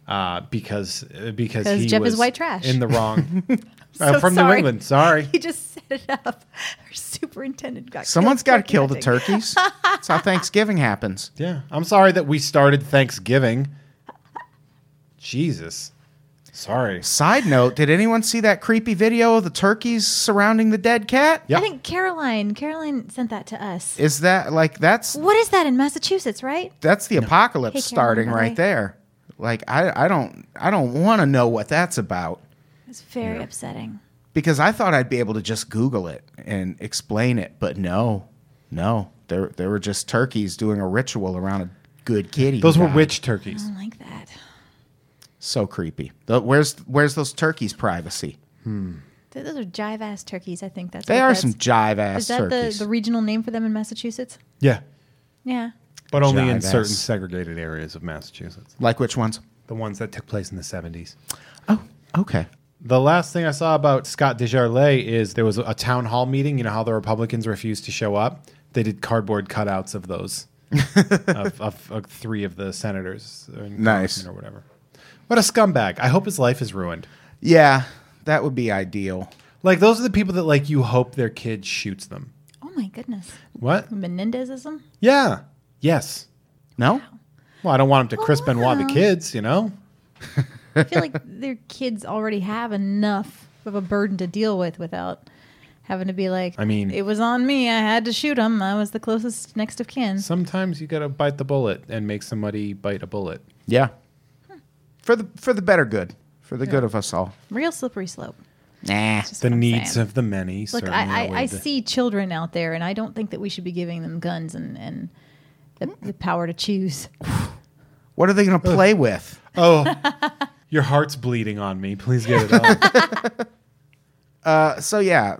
Speaker 2: uh, because uh, because
Speaker 4: 'Cause
Speaker 2: he
Speaker 4: Jeff is
Speaker 2: was
Speaker 4: white trash.
Speaker 2: in the wrong
Speaker 4: so
Speaker 2: I'm from new
Speaker 4: sorry.
Speaker 2: england sorry
Speaker 4: He just set it up. Our superintendent got.
Speaker 3: Someone's got
Speaker 4: killed
Speaker 3: to kill the
Speaker 4: turkey hunting.
Speaker 3: turkeys. That's how Thanksgiving happens.
Speaker 2: yeah i'm sorry that we started thanksgiving jesus sorry
Speaker 3: Side note: Did anyone see that creepy video of the turkeys surrounding the dead cat?
Speaker 2: Yeah.
Speaker 4: I think Caroline. Caroline sent that to us.
Speaker 3: Is that like that's
Speaker 4: What is that in Massachusetts, right?
Speaker 3: that's the apocalypse
Speaker 4: Hey, Karen,
Speaker 3: starting
Speaker 4: bye-bye.
Speaker 3: right there? Like I I don't I don't want to know what that's about.
Speaker 4: It's very upsetting.
Speaker 3: because I thought I'd be able to just Google it and explain it, but no, no, there there were just turkeys doing a ritual around a good kitty. who
Speaker 2: those were
Speaker 3: died.
Speaker 2: witch turkeys
Speaker 4: I don't like that.
Speaker 3: So creepy. Tho- where's where's those turkeys' privacy?
Speaker 4: Th- Those are jive ass turkeys. I think that's
Speaker 3: They
Speaker 4: what
Speaker 3: are
Speaker 4: that's-
Speaker 3: some jive
Speaker 4: Is
Speaker 3: ass
Speaker 4: that the,
Speaker 3: turkeys.
Speaker 4: the regional name for them in Massachusetts?
Speaker 2: yeah
Speaker 4: Yeah.
Speaker 2: but only in
Speaker 3: Jive
Speaker 2: certain
Speaker 3: ass.
Speaker 2: segregated areas of massachusetts
Speaker 3: like which ones?
Speaker 2: the ones that took place in the 70s.
Speaker 3: Oh, okay.
Speaker 2: The last thing I saw about Scott DeJarlais is there was a town hall meeting. You know how the Republicans refused to show up? They did cardboard cutouts of those, of, of, of three of the senators. and
Speaker 3: Nice.
Speaker 2: congressmen Or whatever. What a scumbag. I hope his life is ruined.
Speaker 3: Yeah, that would be ideal.
Speaker 2: Like, those are the people that, like, you hope their kid shoots them.
Speaker 4: Oh my goodness.
Speaker 2: What?
Speaker 4: Menendezism.
Speaker 2: Yeah. Yes.
Speaker 3: No,
Speaker 2: Well, I don't want him to Chris
Speaker 4: Oh,
Speaker 2: Benoit the
Speaker 4: wow.
Speaker 2: kids, you know?
Speaker 4: I feel like their kids already have enough of a burden to deal with without having to be like.
Speaker 2: I mean-
Speaker 4: it was on me. I had to shoot him. I was the closest next of kin.
Speaker 2: Sometimes you got to bite the bullet and make somebody bite a bullet.
Speaker 3: yeah, for the for the better good, for the good of us all.
Speaker 4: Real slippery slope.
Speaker 5: Nah.
Speaker 4: Just
Speaker 2: The
Speaker 4: what I'm
Speaker 2: needs
Speaker 4: saying.
Speaker 2: of the many.
Speaker 4: Look,
Speaker 2: certainly
Speaker 4: I, I, I
Speaker 2: outweigh the-
Speaker 4: see children out there, and I don't think that we should be giving them guns and and the, the power to choose.
Speaker 3: What are they going to play with?
Speaker 2: Oh, your heart's bleeding on me. Please get it out.
Speaker 3: So yeah,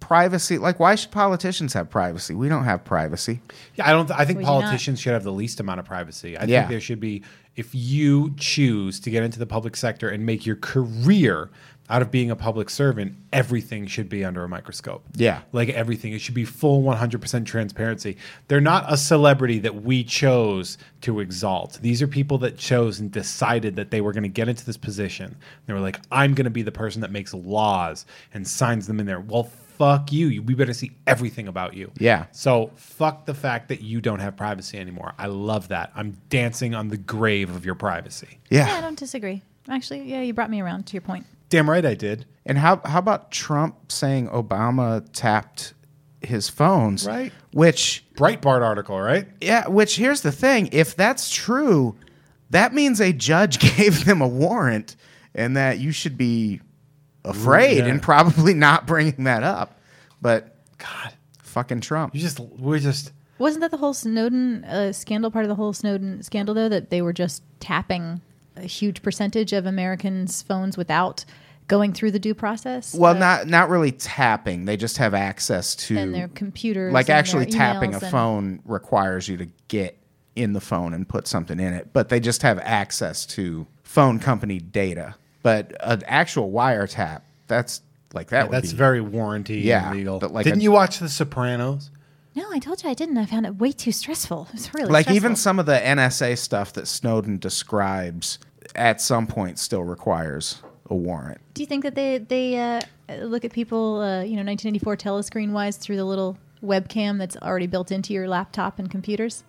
Speaker 3: privacy. Like, why should politicians have privacy? We don't have privacy.
Speaker 2: yeah, I don't. I think
Speaker 4: We do not.
Speaker 2: politicians should have the least amount of privacy. I
Speaker 3: Yeah.
Speaker 2: think there should be. If you choose to get into the public sector and make your career out of being a public servant, everything should be under a microscope.
Speaker 3: Yeah.
Speaker 2: like everything. It should be full 100% transparency. They're not a celebrity that we chose to exalt. These are people that chose and decided that they were going to get into this position. They were like, I'm going to be the person that makes laws and signs them in there. Well, fuck you. You- We better see everything about you.
Speaker 3: Yeah.
Speaker 2: So fuck the fact that you don't have privacy anymore. I love that. I'm dancing on the grave of your privacy.
Speaker 4: Yeah, I don't disagree. Actually, yeah, you brought me around to your point.
Speaker 2: Damn right I did.
Speaker 3: And how how about Trump saying Obama tapped his phones?
Speaker 2: Right.
Speaker 3: Which
Speaker 2: Breitbart article, right?
Speaker 3: yeah, which here's the thing, if that's true, that means a judge gave them a warrant and that you should be afraid
Speaker 2: Yeah.
Speaker 3: and probably not bringing that up. But
Speaker 2: God,
Speaker 3: fucking Trump.
Speaker 2: you just, we're just,
Speaker 4: Wasn't that the whole Snowden uh, scandal part of the whole Snowden scandal though that they were just tapping a huge percentage of Americans' phones without going through the due process?
Speaker 3: Well,
Speaker 4: Uh,
Speaker 3: not not really tapping. They just have access to
Speaker 4: and their computers,
Speaker 3: like
Speaker 4: and their
Speaker 3: actually tapping a
Speaker 4: emails and-
Speaker 3: phone requires you to get in the phone and put something in it but they just have access to phone company data but an actual wiretap that's like that would
Speaker 2: that's
Speaker 3: be
Speaker 2: very warranty
Speaker 3: Yeah,
Speaker 2: and legal.
Speaker 3: but like
Speaker 2: Didn't
Speaker 3: a-
Speaker 2: you watch The Sopranos?
Speaker 4: No, I told you I didn't. I found it way too stressful. It's really
Speaker 3: like even
Speaker 4: stressful.
Speaker 3: some of the NSA stuff that Snowden describes at some point still requires a warrant.
Speaker 4: Do you think that they they uh, look at people, uh, you know, 1984 telescreen wise through the little webcam that's already built into your laptop and computers?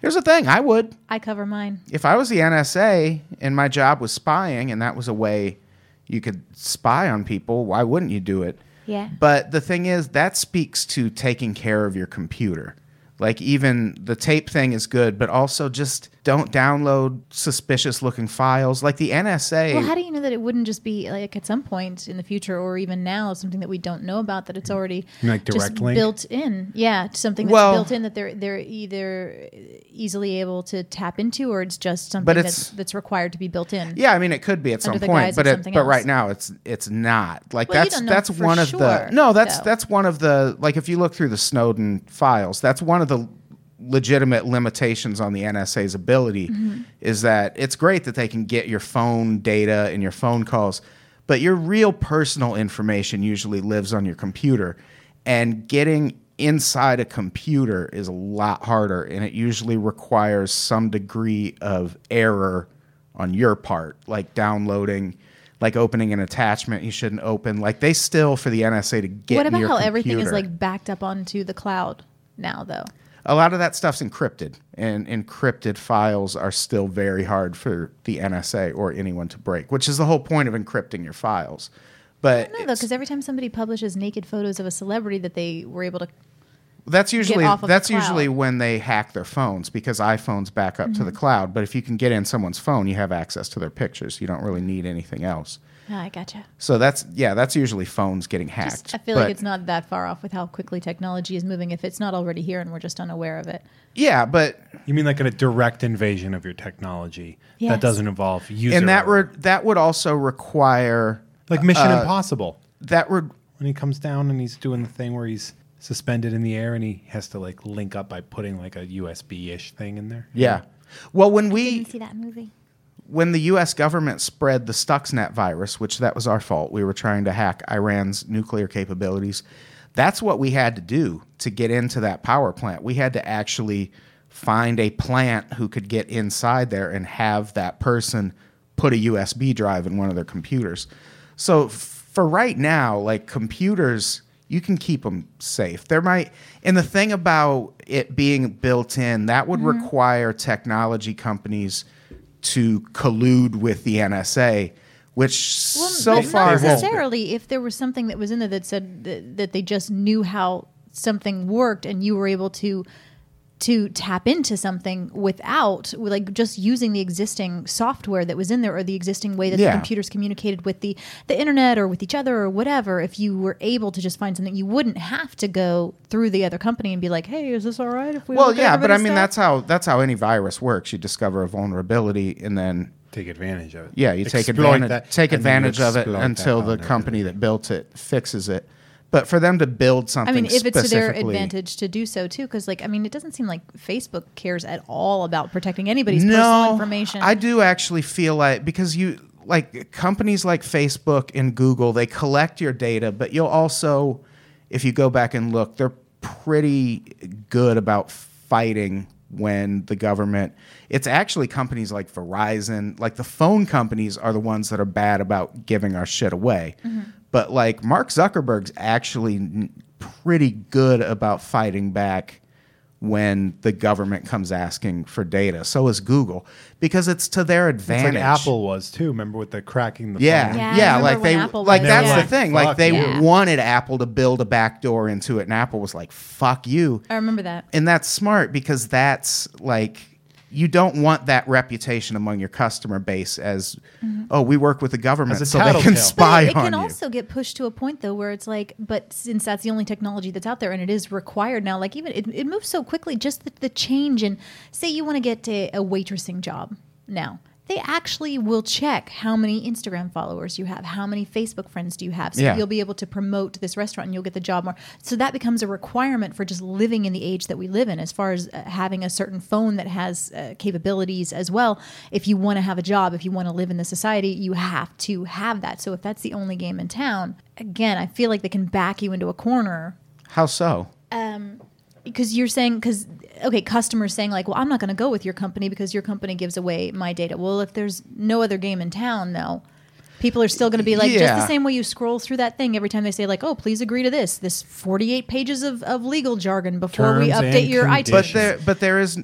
Speaker 3: Here's the thing I would.
Speaker 4: I cover mine.
Speaker 3: if I was the NSA and my job was spying and that was a way you could spy on people, why wouldn't you do it?
Speaker 4: Yeah.
Speaker 3: But the thing is, that speaks to taking care of your computer. Like, even the tape thing is good, but also just don't download suspicious looking files. Like, the NSA.
Speaker 4: Well, how do you know that it wouldn't just be like at some point in the future or even now something that we don't know about that it's already
Speaker 2: mean like
Speaker 4: just
Speaker 2: direct link?
Speaker 4: built in? Yeah, something that's
Speaker 3: Well-
Speaker 4: built in that they're they're either easily able to tap into or it's just something
Speaker 3: But
Speaker 4: that's
Speaker 3: it's-
Speaker 4: that's required to be built in.
Speaker 3: Yeah, I mean it could be at some
Speaker 4: Under the
Speaker 3: point,
Speaker 4: guise
Speaker 3: but
Speaker 4: of
Speaker 3: it,
Speaker 4: something
Speaker 3: but right
Speaker 4: else.
Speaker 3: now it's it's not. Like
Speaker 4: Well, you
Speaker 3: that's
Speaker 4: don't know
Speaker 3: that's
Speaker 4: for
Speaker 3: one of the
Speaker 4: sure,
Speaker 3: No, that's
Speaker 4: though.
Speaker 3: that's one of the like if you look through the Snowden files, that's one of the legitimate limitations on the NSA's ability is that it's great that they can get your phone data and your phone calls, but your real personal information usually lives on your computer and getting inside a computer is a lot harder and it usually requires some degree of error on your part, like downloading, like opening an attachment you shouldn't open. Like they still for the NSA to get.
Speaker 4: What
Speaker 3: in
Speaker 4: about
Speaker 3: your
Speaker 4: how everything is
Speaker 3: computer.
Speaker 4: like backed up onto the cloud now though?
Speaker 3: A lot of that stuff's encrypted, and encrypted files are still very hard for the NSA or anyone to break, which is the whole point of encrypting your files. But
Speaker 4: No, though,
Speaker 3: it's-
Speaker 4: because every time somebody publishes naked photos of a celebrity that they were able to
Speaker 3: that's usually
Speaker 4: off of the
Speaker 3: that's usually
Speaker 4: cloud. Mm-hmm.
Speaker 3: when they hack their phones because iPhones back up to the cloud. But if you can get in someone's phone, you have access to their pictures. You don't really need anything else.
Speaker 4: Ah, I gotcha.
Speaker 3: So that's yeah, that's usually phones getting hacked.
Speaker 4: Just, I feel
Speaker 3: But-
Speaker 4: like it's not that far off with how quickly technology is moving if it's not already here and we're just unaware of it.
Speaker 3: yeah, but
Speaker 2: You mean like in a direct invasion of your technology
Speaker 4: Yes.
Speaker 2: that doesn't involve user
Speaker 3: and that
Speaker 2: error.
Speaker 3: re- uh, that would also require
Speaker 2: like Mission Impossible
Speaker 3: that would
Speaker 2: when he comes down and he's doing the thing where he's suspended in the air and he has to like link up by putting like a USB ish thing in there.
Speaker 3: yeah. Well, when we
Speaker 4: Didn't see that movie.
Speaker 3: when the U.S. government spread the Stuxnet virus, which that was our fault, we were trying to hack Iran's nuclear capabilities. That's what we had to do to get into that power plant. We had to actually find a plant who could get inside there and have that person put a USB drive in one of their computers. So f- for right now, like computers, you can keep them safe. There might, and the thing about it being built in, that would require technology companies to collude with the NSA, which
Speaker 4: Well,
Speaker 3: so
Speaker 4: but
Speaker 3: far
Speaker 4: not
Speaker 3: has-
Speaker 4: necessarily. If there was something that was in there that said that, that they just knew how something worked and you were able to to tap into something without like just using the existing software that was in there or the existing way that
Speaker 3: Yeah.
Speaker 4: the computers communicated with the the internet or with each other or whatever if you were able to just find something you wouldn't have to go through the other company and be like hey is this all right if we
Speaker 3: Well,
Speaker 4: look at
Speaker 3: yeah, but I
Speaker 4: everybody's
Speaker 3: mean
Speaker 4: stuff?"
Speaker 3: that's how that's how any virus works. You discover a vulnerability and then
Speaker 2: Take advantage of it.
Speaker 3: Yeah, you take
Speaker 2: Exploit
Speaker 3: advantage
Speaker 2: that,
Speaker 3: take
Speaker 2: and then you
Speaker 3: advantage of it
Speaker 2: exploit
Speaker 3: until
Speaker 2: that
Speaker 3: the
Speaker 2: vulnerability.
Speaker 3: company that built it fixes it. But for them to build
Speaker 4: I
Speaker 3: something,
Speaker 4: mean, if it's to their
Speaker 3: specifically-
Speaker 4: advantage to do so too, because like I mean, it doesn't seem like Facebook cares at all about protecting anybody's personal information.
Speaker 3: I do actually feel like because you like companies like Facebook and Google, they collect your data, but you'll also, if you go back and look, they're pretty good about fighting when the government it's actually companies like Verizon like the phone companies are the ones that are bad about giving our shit away
Speaker 4: Mm-hmm.
Speaker 3: but like Mark Zuckerberg's actually n- pretty good about fighting back when the government comes asking for data. So is Google because it's to their
Speaker 2: It's
Speaker 3: advantage.
Speaker 2: like Apple was too. Remember with the cracking the
Speaker 3: Yeah,
Speaker 2: phone?
Speaker 4: Yeah,
Speaker 3: yeah,
Speaker 4: I remember
Speaker 3: like
Speaker 4: when
Speaker 3: they
Speaker 4: Apple
Speaker 3: like
Speaker 4: was-
Speaker 3: that's
Speaker 4: They were
Speaker 3: the
Speaker 4: like,
Speaker 3: thing.
Speaker 2: "Fuck
Speaker 3: Like they
Speaker 4: yeah."
Speaker 3: wanted Apple to build a back door into it, and Apple was like, "Fuck you."
Speaker 4: I remember that.
Speaker 3: and that's smart because that's like you don't want that reputation among your customer base as oh we work with the government
Speaker 2: As a
Speaker 3: so they
Speaker 2: tattletale.
Speaker 3: can spy
Speaker 4: Mm-hmm. it, it
Speaker 3: on
Speaker 4: can
Speaker 3: you
Speaker 4: also get pushed to a point though where it's like, but since that's the only technology that's out there and it is required now, like even it, it moves so quickly, just the, the change in say you want to get a, a waitressing job now. They actually will check how many Instagram followers you have, how many Facebook friends do you have, so
Speaker 3: Yeah.
Speaker 4: you'll be able to promote this restaurant and you'll get the job more. So that becomes a requirement for just living in the age that we live in, as far as uh, having a certain phone that has uh, capabilities as well. If you want to have a job, if you want to live in the society, you have to have that. So if that's the only game in town, again, I feel like they can back you into a corner
Speaker 3: how so
Speaker 4: because you're saying because okay customers saying like well i'm not going to go with your company because your company gives away my data well if there's no other game in town though People are still going to be like, just
Speaker 3: Yeah.
Speaker 4: the same way you scroll through that thing every time they say, like, oh, please agree to this, this 48 pages of, of legal jargon before we
Speaker 2: Terms and
Speaker 4: update your iTunes.
Speaker 3: but
Speaker 2: conditions.
Speaker 3: there but there is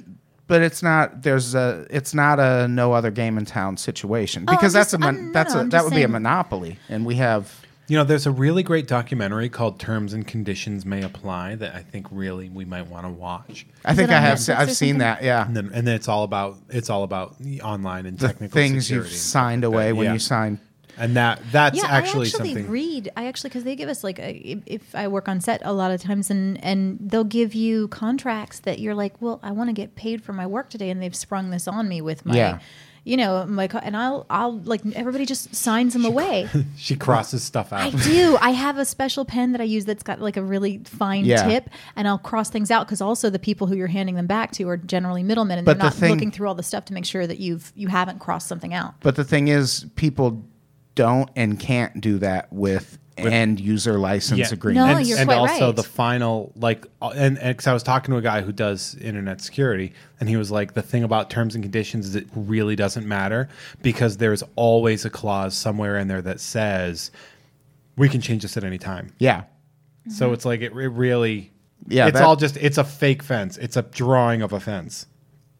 Speaker 3: but it's not there's a it's not a no other game in town situation
Speaker 4: Oh, I'm
Speaker 3: because that's
Speaker 4: just-
Speaker 3: a mon-
Speaker 4: I'm- no,
Speaker 3: that's a,
Speaker 4: I'm
Speaker 3: that
Speaker 4: just
Speaker 3: would be a
Speaker 4: saying-
Speaker 3: monopoly and we have
Speaker 2: You know, there's a really great documentary called "Terms and Conditions May Apply" that I think really we might want to watch.
Speaker 3: I think
Speaker 4: it
Speaker 3: I
Speaker 4: on
Speaker 3: have
Speaker 4: Netflix
Speaker 3: se-
Speaker 4: or
Speaker 3: I've seen
Speaker 4: something?
Speaker 3: that yeah
Speaker 2: And then, and then it's all about it's all about the online and
Speaker 3: the
Speaker 2: technical
Speaker 3: things
Speaker 2: security
Speaker 3: you've
Speaker 2: and stuff
Speaker 3: signed
Speaker 2: like that.
Speaker 3: away when
Speaker 2: Yeah.
Speaker 3: you sign
Speaker 2: and that that's
Speaker 4: yeah,
Speaker 2: actually,
Speaker 4: I actually
Speaker 2: something.
Speaker 4: read. I actually because they give us like a, if- if I work on set a lot of times and and they'll give you contracts that you're like, well, I want to get paid for my work today, and they've sprung this on me with my,
Speaker 3: Yeah.
Speaker 4: you know, my co- and I'll I'll like everybody just signs them away.
Speaker 2: she crosses stuff
Speaker 4: I
Speaker 2: out.
Speaker 4: do. I have a special pen that I use that's got like a really fine
Speaker 3: Yeah.
Speaker 4: tip, and I'll cross things out because also the people who you're handing them back to are generally middlemen, and
Speaker 3: But
Speaker 4: they're
Speaker 3: the
Speaker 4: not
Speaker 3: thing-
Speaker 4: looking through all the stuff to make sure that you've you haven't crossed something out.
Speaker 3: but the thing is people don't and can't do that with, end user license
Speaker 2: Yeah.
Speaker 3: agreements
Speaker 4: No,
Speaker 2: and,
Speaker 4: you're
Speaker 2: and
Speaker 4: quite
Speaker 2: also
Speaker 4: right.
Speaker 2: the final like uh, and because i was talking to a guy who does internet security and he was like the thing about terms and conditions is it really doesn't matter because there's always a clause somewhere in there that says we can change this at any time
Speaker 3: yeah
Speaker 2: so it's like it, it really
Speaker 3: Yeah,
Speaker 2: it's
Speaker 3: that-
Speaker 2: all just it's a fake fence it's a drawing of a fence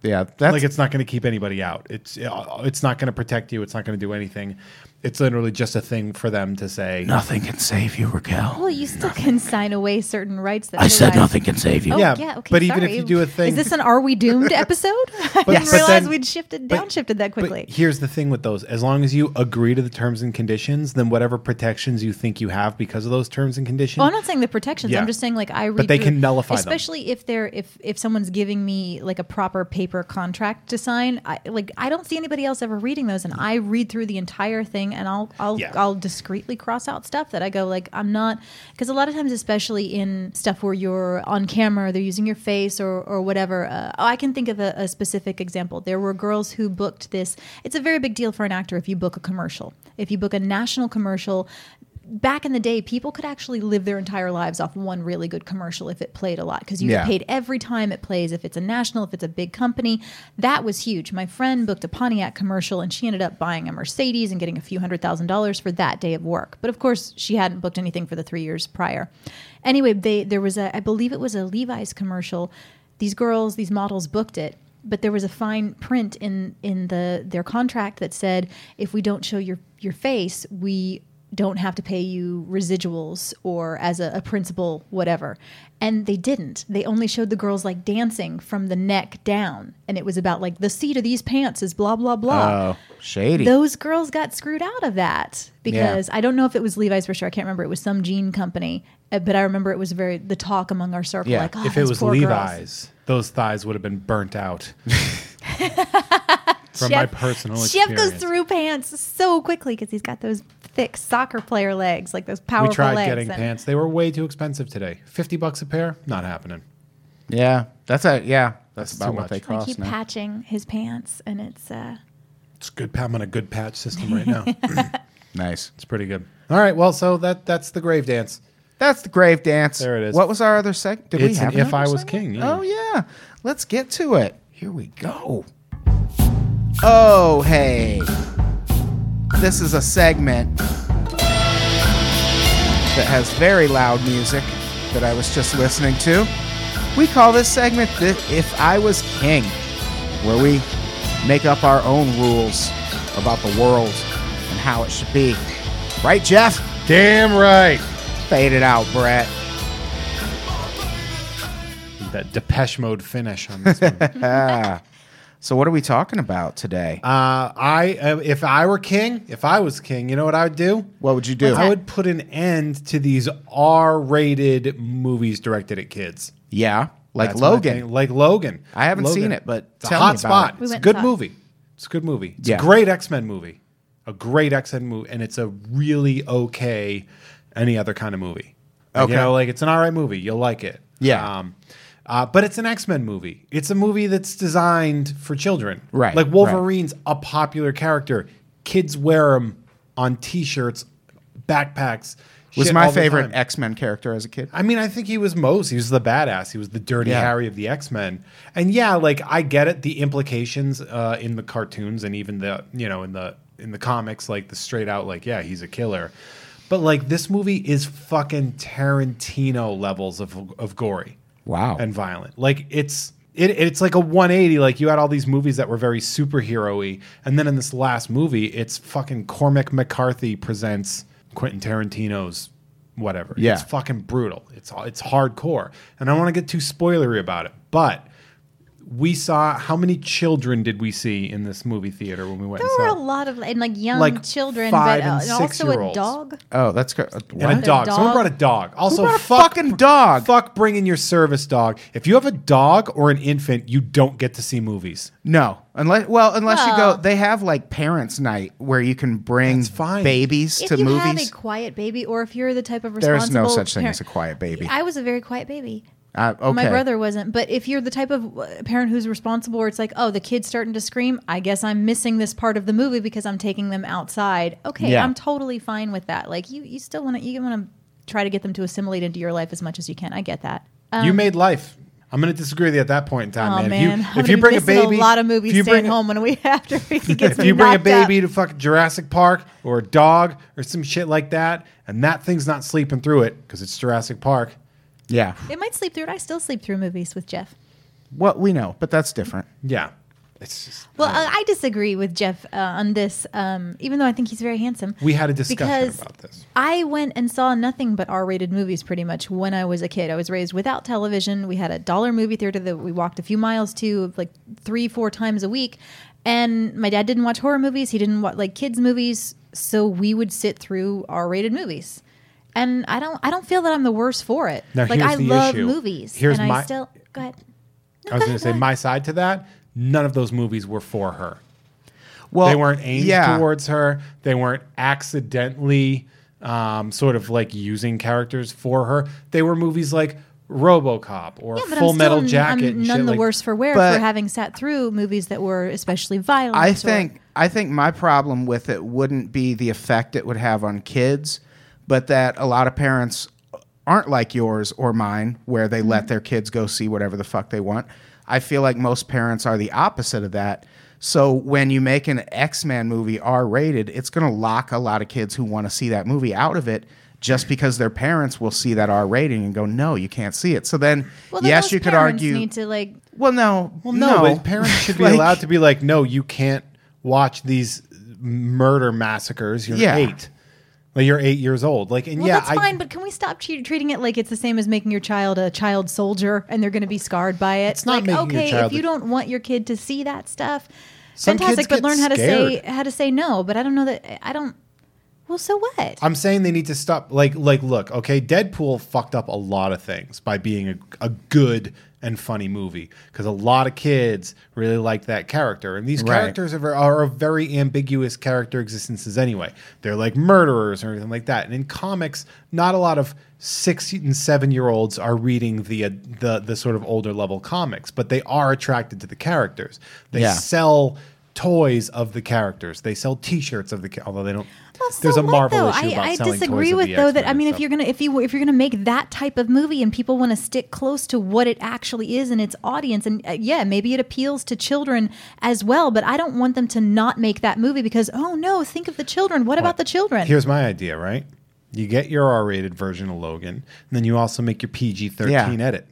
Speaker 3: yeah that's
Speaker 2: like it's not going to keep anybody out. It's uh, it's not going to protect you. It's not going to do anything. It's literally just a thing for them to say.
Speaker 5: Nothing can save you, Raquel.
Speaker 4: Well, Oh, you still can sign away certain rights. That
Speaker 5: I said
Speaker 4: otherwise-
Speaker 5: nothing can save you.
Speaker 4: Oh,
Speaker 2: Yeah,
Speaker 4: yeah, okay,
Speaker 2: but even if
Speaker 4: sorry.
Speaker 2: you do a thing-
Speaker 4: is this an "Are We Doomed" episode? I
Speaker 2: But-
Speaker 4: didn't
Speaker 2: but
Speaker 4: realize
Speaker 2: then-
Speaker 4: we'd shifted,
Speaker 2: but-
Speaker 4: downshifted
Speaker 2: but
Speaker 4: that quickly.
Speaker 2: here's the thing with those: as long as you agree to the terms and conditions, then whatever protections you think you have because of those terms and conditions,
Speaker 4: Well, I'm not saying the protections.
Speaker 2: Yeah.
Speaker 4: I'm just saying like I read.
Speaker 2: But they
Speaker 4: through-
Speaker 2: can nullify them.
Speaker 4: especially if they're if if someone's giving me like a proper paper contract to sign. I, like I don't see anybody else ever reading those, and I read through the entire thing, and I'll I'll
Speaker 2: Yeah.
Speaker 4: I'll discreetly cross out stuff that I go like I'm not because a lot of times, especially in stuff where you're on camera, they're using your face or or whatever. Uh, oh, I can think of a, a specific example. There were girls who booked this. It's a very big deal for an actor if you book a commercial, if you book a national commercial back in the day, people could actually live their entire lives off one really good commercial if it played a lot because you
Speaker 3: Yeah.
Speaker 4: get paid every time it plays. If it's a national, if it's a big company, that was huge. My friend booked a Pontiac commercial and she ended up buying a Mercedes and getting a few hundred thousand dollars for that day of work. But of course, she hadn't booked anything for the three years prior. Anyway, they there was a I believe it was a Levi's commercial. These girls, these models booked it but there was a fine print in in the their contract that said if we don't show your your face we don't have to pay you residuals or as a, a principal whatever and they didn't they only showed the girls like dancing from the neck down and it was about like the seat of these pants is blah blah blah
Speaker 3: oh shady
Speaker 4: those girls got screwed out of that because I don't know if it was Levi's for sure. I can't remember. It was some jean company, uh, but I remember it was very the talk among our circle.
Speaker 3: Yeah.
Speaker 4: Like, oh,
Speaker 2: if it
Speaker 4: those
Speaker 2: was
Speaker 4: poor girls."
Speaker 2: Levi's, those thighs would have been burnt out. From my
Speaker 4: Jeff-
Speaker 2: personal
Speaker 4: Jeff
Speaker 2: experience,
Speaker 4: goes through pants so quickly because he's got those thick soccer player legs, like those
Speaker 2: we
Speaker 4: powerful
Speaker 2: tried
Speaker 4: legs.
Speaker 2: getting
Speaker 4: and-
Speaker 2: pants. They were way too expensive today. Fifty bucks a pair, not happening.
Speaker 3: yeah that's a yeah that's,
Speaker 2: That's
Speaker 3: about
Speaker 2: too
Speaker 3: what they
Speaker 2: much.
Speaker 4: I
Speaker 3: cost
Speaker 4: keep
Speaker 3: now
Speaker 4: patching his pants, and it's uh,
Speaker 2: It's good. I'm on a good patch system right now.
Speaker 3: nice
Speaker 2: It's pretty good. All right. Well, so that that's the grave dance.
Speaker 3: That's the grave dance.
Speaker 2: There it is.
Speaker 3: What was our other segment? Did
Speaker 2: It's
Speaker 3: we have
Speaker 2: an If
Speaker 3: another
Speaker 2: I Was
Speaker 3: segment?
Speaker 2: King, yeah.
Speaker 3: Oh yeah, let's get to it. Here we go. Oh hey, this is a segment that has very loud music that I was just listening to. We call this segment the If I Was King, where we make up our own rules about the world and how it should be. Right, Jeff?
Speaker 2: Damn right.
Speaker 3: Fade it out, Brett.
Speaker 2: That Depeche Mode finish on this one. uh,
Speaker 3: So what are we talking about today?
Speaker 2: I uh, if I were king, if I was king, you know what I would do?
Speaker 3: what would you do?
Speaker 2: I would put an end to these R-rated movies directed at kids.
Speaker 3: yeah, like
Speaker 2: That's my thing.
Speaker 3: Logan.
Speaker 2: like Logan.
Speaker 3: I haven't
Speaker 2: Logan.
Speaker 3: seen it, but
Speaker 2: it's
Speaker 3: tell
Speaker 2: a hot
Speaker 3: me about
Speaker 2: spot.
Speaker 3: it.
Speaker 4: We
Speaker 2: It's a
Speaker 4: went and
Speaker 2: good
Speaker 4: saw it.
Speaker 2: movie. It's a good movie. It's
Speaker 3: Yeah.
Speaker 2: a great X Men movie. A great X Men movie, and it's a really okay any other kind of movie. Like,
Speaker 3: Okay.
Speaker 2: you know, like it's an all right movie. You'll like it.
Speaker 3: Yeah.
Speaker 2: Um, uh, but it's an X Men movie. It's a movie that's designed for children.
Speaker 3: Right,
Speaker 2: Like
Speaker 3: right.
Speaker 2: Wolverine's a popular character. Kids wear him on T-shirts, backpacks.
Speaker 3: Was
Speaker 2: shit
Speaker 3: my
Speaker 2: all the
Speaker 3: favorite
Speaker 2: time.
Speaker 3: X Men character as a kid.
Speaker 2: I mean, I think he was Mose. He was the badass. He was the dirty
Speaker 3: Yeah.
Speaker 2: Harry of the X Men. And yeah, like I get it, the implications uh, in the cartoons and even the you know in the in the comics like the straight out like yeah he's a killer, but like this movie is fucking Tarantino levels of of gory.
Speaker 3: Wow.
Speaker 2: And violent. Like it's it, it's like a 180. Like you had all these movies that were very superhero-y, and then in this last movie, it's fucking Cormac McCarthy presents Quentin Tarantino's whatever.
Speaker 3: Yeah.
Speaker 2: It's fucking brutal. It's it's hardcore. And I don't want to get too spoilery about it, but we saw how many children did we see in this movie theater when we went?
Speaker 4: There
Speaker 2: and
Speaker 4: were a
Speaker 2: saw it?
Speaker 4: lot of and like young
Speaker 2: Like
Speaker 4: children,
Speaker 2: five
Speaker 4: but uh,
Speaker 2: and
Speaker 4: and also a
Speaker 2: six-year-olds.
Speaker 4: dog.
Speaker 3: Oh, that's good.
Speaker 2: And a
Speaker 4: The
Speaker 2: dog. Someone
Speaker 4: dog?
Speaker 2: brought a dog. Also,
Speaker 3: brought a
Speaker 2: fuck,
Speaker 3: fucking dog?
Speaker 2: Fuck bringing your service dog. If you have a dog or an infant, you don't get to see movies.
Speaker 3: No, unless well, unless you
Speaker 4: Well-
Speaker 3: go, they have like parents' night where you can bring
Speaker 2: That's fine.
Speaker 3: babies
Speaker 4: If
Speaker 3: to
Speaker 4: you have a
Speaker 3: movies.
Speaker 4: quiet baby, or if you're the type of
Speaker 3: There's
Speaker 4: responsible
Speaker 3: no such thing
Speaker 4: parent-
Speaker 3: as a quiet baby.
Speaker 4: I was a very quiet baby.
Speaker 3: Uh, okay.
Speaker 4: My brother wasn't, but if you're the type of uh, parent who's responsible, where it's like, oh, the kid's starting to scream, I guess I'm missing this part of the movie because I'm taking them outside. Okay,
Speaker 3: Yeah.
Speaker 4: I'm totally fine with that. Like you, you still want to, you want to try to get them to assimilate into your life as much as you can. I get that.
Speaker 2: you made life. I'm going to disagree with you at that point in time,
Speaker 4: Oh
Speaker 2: man.
Speaker 4: Um, man,
Speaker 2: If
Speaker 4: I'm
Speaker 2: you, if
Speaker 4: gonna
Speaker 2: you
Speaker 4: be
Speaker 2: bring a
Speaker 4: missing
Speaker 2: baby,
Speaker 4: a lot of movies
Speaker 2: if you
Speaker 4: staying
Speaker 2: bring,
Speaker 4: home when we after he gets
Speaker 2: If you bring a
Speaker 4: knocked up.
Speaker 2: baby to fucking Jurassic Park or a dog or some shit like that, and that thing's not sleeping through it because it's Jurassic Park.
Speaker 3: yeah.
Speaker 4: It might sleep through it. I still sleep through movies with Jeff.
Speaker 3: Well, we know, but that's different.
Speaker 2: Yeah, it's just
Speaker 4: Well, uh, I, I disagree with Jeff uh, on this, um, even though I think he's very handsome.
Speaker 2: we had a discussion
Speaker 4: Because
Speaker 2: about this.
Speaker 4: I went and saw nothing but R-rated movies pretty much when I was a kid. I was raised without television. We had a dollar movie theater that we walked a few miles to, like three, four times a week. And my dad didn't watch horror movies. He didn't watch like kids movies, so we would sit through R-rated movies. And I don't, I don't feel that I'm the worse for it.
Speaker 2: Now,
Speaker 4: like
Speaker 2: here's
Speaker 4: I
Speaker 2: the
Speaker 4: love
Speaker 2: issue.
Speaker 4: movies,
Speaker 2: Here's
Speaker 4: and
Speaker 2: my-
Speaker 4: I still go ahead.
Speaker 2: I was
Speaker 4: No, go
Speaker 2: going
Speaker 4: ahead,
Speaker 2: to say
Speaker 4: go ahead.
Speaker 2: my side to that. None of those movies were for her.
Speaker 3: Well,
Speaker 2: they weren't aimed
Speaker 3: yeah.
Speaker 2: towards her. They weren't accidentally um, sort of like using characters for her. They were movies like RoboCop or
Speaker 4: Yeah, but
Speaker 2: Full
Speaker 4: I'm
Speaker 2: Metal
Speaker 4: still,
Speaker 2: Jacket.
Speaker 4: I'm
Speaker 2: and
Speaker 4: none
Speaker 2: shit
Speaker 4: the
Speaker 2: like-
Speaker 4: worse for wear
Speaker 3: But-
Speaker 4: for having sat through movies that were especially violent.
Speaker 3: I
Speaker 4: or-
Speaker 3: think I think my problem with it wouldn't be the effect it would have on kids, but that a lot of parents aren't like yours or mine, where they
Speaker 4: Mm-hmm.
Speaker 3: let their kids go see whatever the fuck they want. I feel like most parents are the opposite of that. So when you make an X-Men movie R-rated, it's going to lock a lot of kids who want to see that movie out of it just because their parents will see that R rating and go, "No, you can't see it." So then,
Speaker 4: Well, then
Speaker 3: yes,
Speaker 4: those
Speaker 3: you could
Speaker 4: parents
Speaker 3: argue.
Speaker 4: Need to like
Speaker 3: well, no,
Speaker 2: Well, no, but parents should be
Speaker 3: Like-
Speaker 2: allowed to be like, no, you can't watch these murder massacres. You're
Speaker 3: Yeah.
Speaker 2: eight. Like you're eight years old. Like, and
Speaker 4: Well,
Speaker 2: yeah,
Speaker 4: that's
Speaker 2: I,
Speaker 4: fine, but can we stop tre- treating it like it's the same as making your child a child soldier and they're going to be scarred by it?
Speaker 2: It's not
Speaker 4: like,
Speaker 2: making your
Speaker 4: okay,
Speaker 2: child
Speaker 4: if you
Speaker 2: a-
Speaker 4: don't want your kid to see that stuff,
Speaker 2: Some
Speaker 4: fantastic,
Speaker 2: kids
Speaker 4: but
Speaker 2: get
Speaker 4: learn how to say
Speaker 2: scared.
Speaker 4: how to say no. But I don't know that I don't. Well, so what?
Speaker 2: I'm saying they need to stop. Like, like, look, okay, Deadpool fucked up a lot of things by being a, a good and funny movie because a lot of kids really like that character, and these
Speaker 3: Right.
Speaker 2: characters are, ver- are of very ambiguous character existences anyway. They're like murderers or anything like that, and in comics, not a lot of six and seven year olds are reading the uh, the the sort of older level comics, but they are attracted to the characters. They
Speaker 3: Yeah.
Speaker 2: sell. Toys of the characters. They sell T-shirts of the ca- although they don't.
Speaker 4: Well, so
Speaker 2: There's a
Speaker 4: what,
Speaker 2: Marvel
Speaker 4: though?
Speaker 2: issue
Speaker 4: I,
Speaker 2: about
Speaker 4: I
Speaker 2: selling
Speaker 4: disagree
Speaker 2: toys of
Speaker 4: with
Speaker 2: the
Speaker 4: though
Speaker 2: X-Men
Speaker 4: that I mean,
Speaker 2: and
Speaker 4: if you're gonna if you if you're gonna make that type of movie and people want to stick close to what it actually is and its audience, and uh, yeah, maybe it appeals to children as well. But I don't want them to not make that movie because oh no, think of the children. What about the children?
Speaker 2: Here's my idea, right? You get your R-rated version of Logan, and then you also make your PG-13
Speaker 3: Yeah.
Speaker 2: edit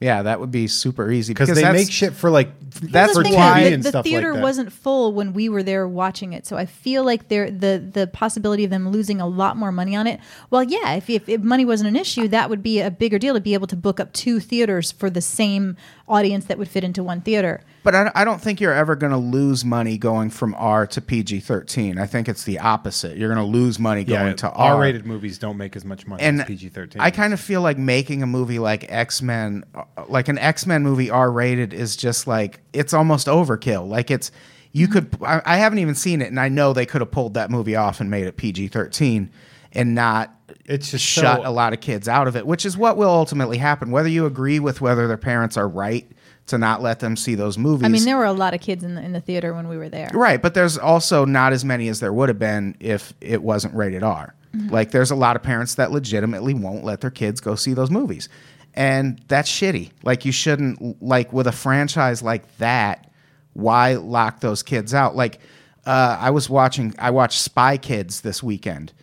Speaker 3: Yeah, that would be super easy
Speaker 2: because they
Speaker 3: that's-
Speaker 2: make shit for like
Speaker 3: That's
Speaker 2: for TV
Speaker 4: the thing
Speaker 3: why-
Speaker 4: is
Speaker 2: and
Speaker 4: the, the
Speaker 2: stuff
Speaker 4: theater
Speaker 2: like that.
Speaker 4: wasn't full when we were there watching it, so I feel like there the the possibility of them losing a lot more money on it. Well, yeah, if, if if money wasn't an issue, that would be a bigger deal to be able to book up two theaters for the same audience that would fit into one theater.
Speaker 3: But I, I don't think you're ever going to lose money going from R to PG 13. I think it's the opposite. You're going to lose money going
Speaker 2: yeah,
Speaker 3: to R.
Speaker 2: R-rated movies don't make as much money
Speaker 3: And
Speaker 2: as PG-13.
Speaker 3: I kind of feel like making a movie like X Men, like an X Men movie R rated, is just like, it's almost overkill. Like, it's, you could, I, I haven't even seen it, and I know they could have pulled that movie off and made it PG 13 and not
Speaker 2: it's just
Speaker 3: shut
Speaker 2: so,
Speaker 3: a lot of kids out of it, which is what will ultimately happen. Whether you agree with whether their parents are right to not let them see those movies.
Speaker 4: I mean, there were a lot of kids in the, in the theater when we were there.
Speaker 3: right, but there's also not as many as there would have been if it wasn't rated R.
Speaker 4: Mm-hmm.
Speaker 3: Like there's a lot of parents that legitimately won't let their kids go see those movies. And that's shitty. Like you shouldn't like with a franchise like that, why lock those kids out? Like Uh, I was watching. I watched Spy Kids this weekend.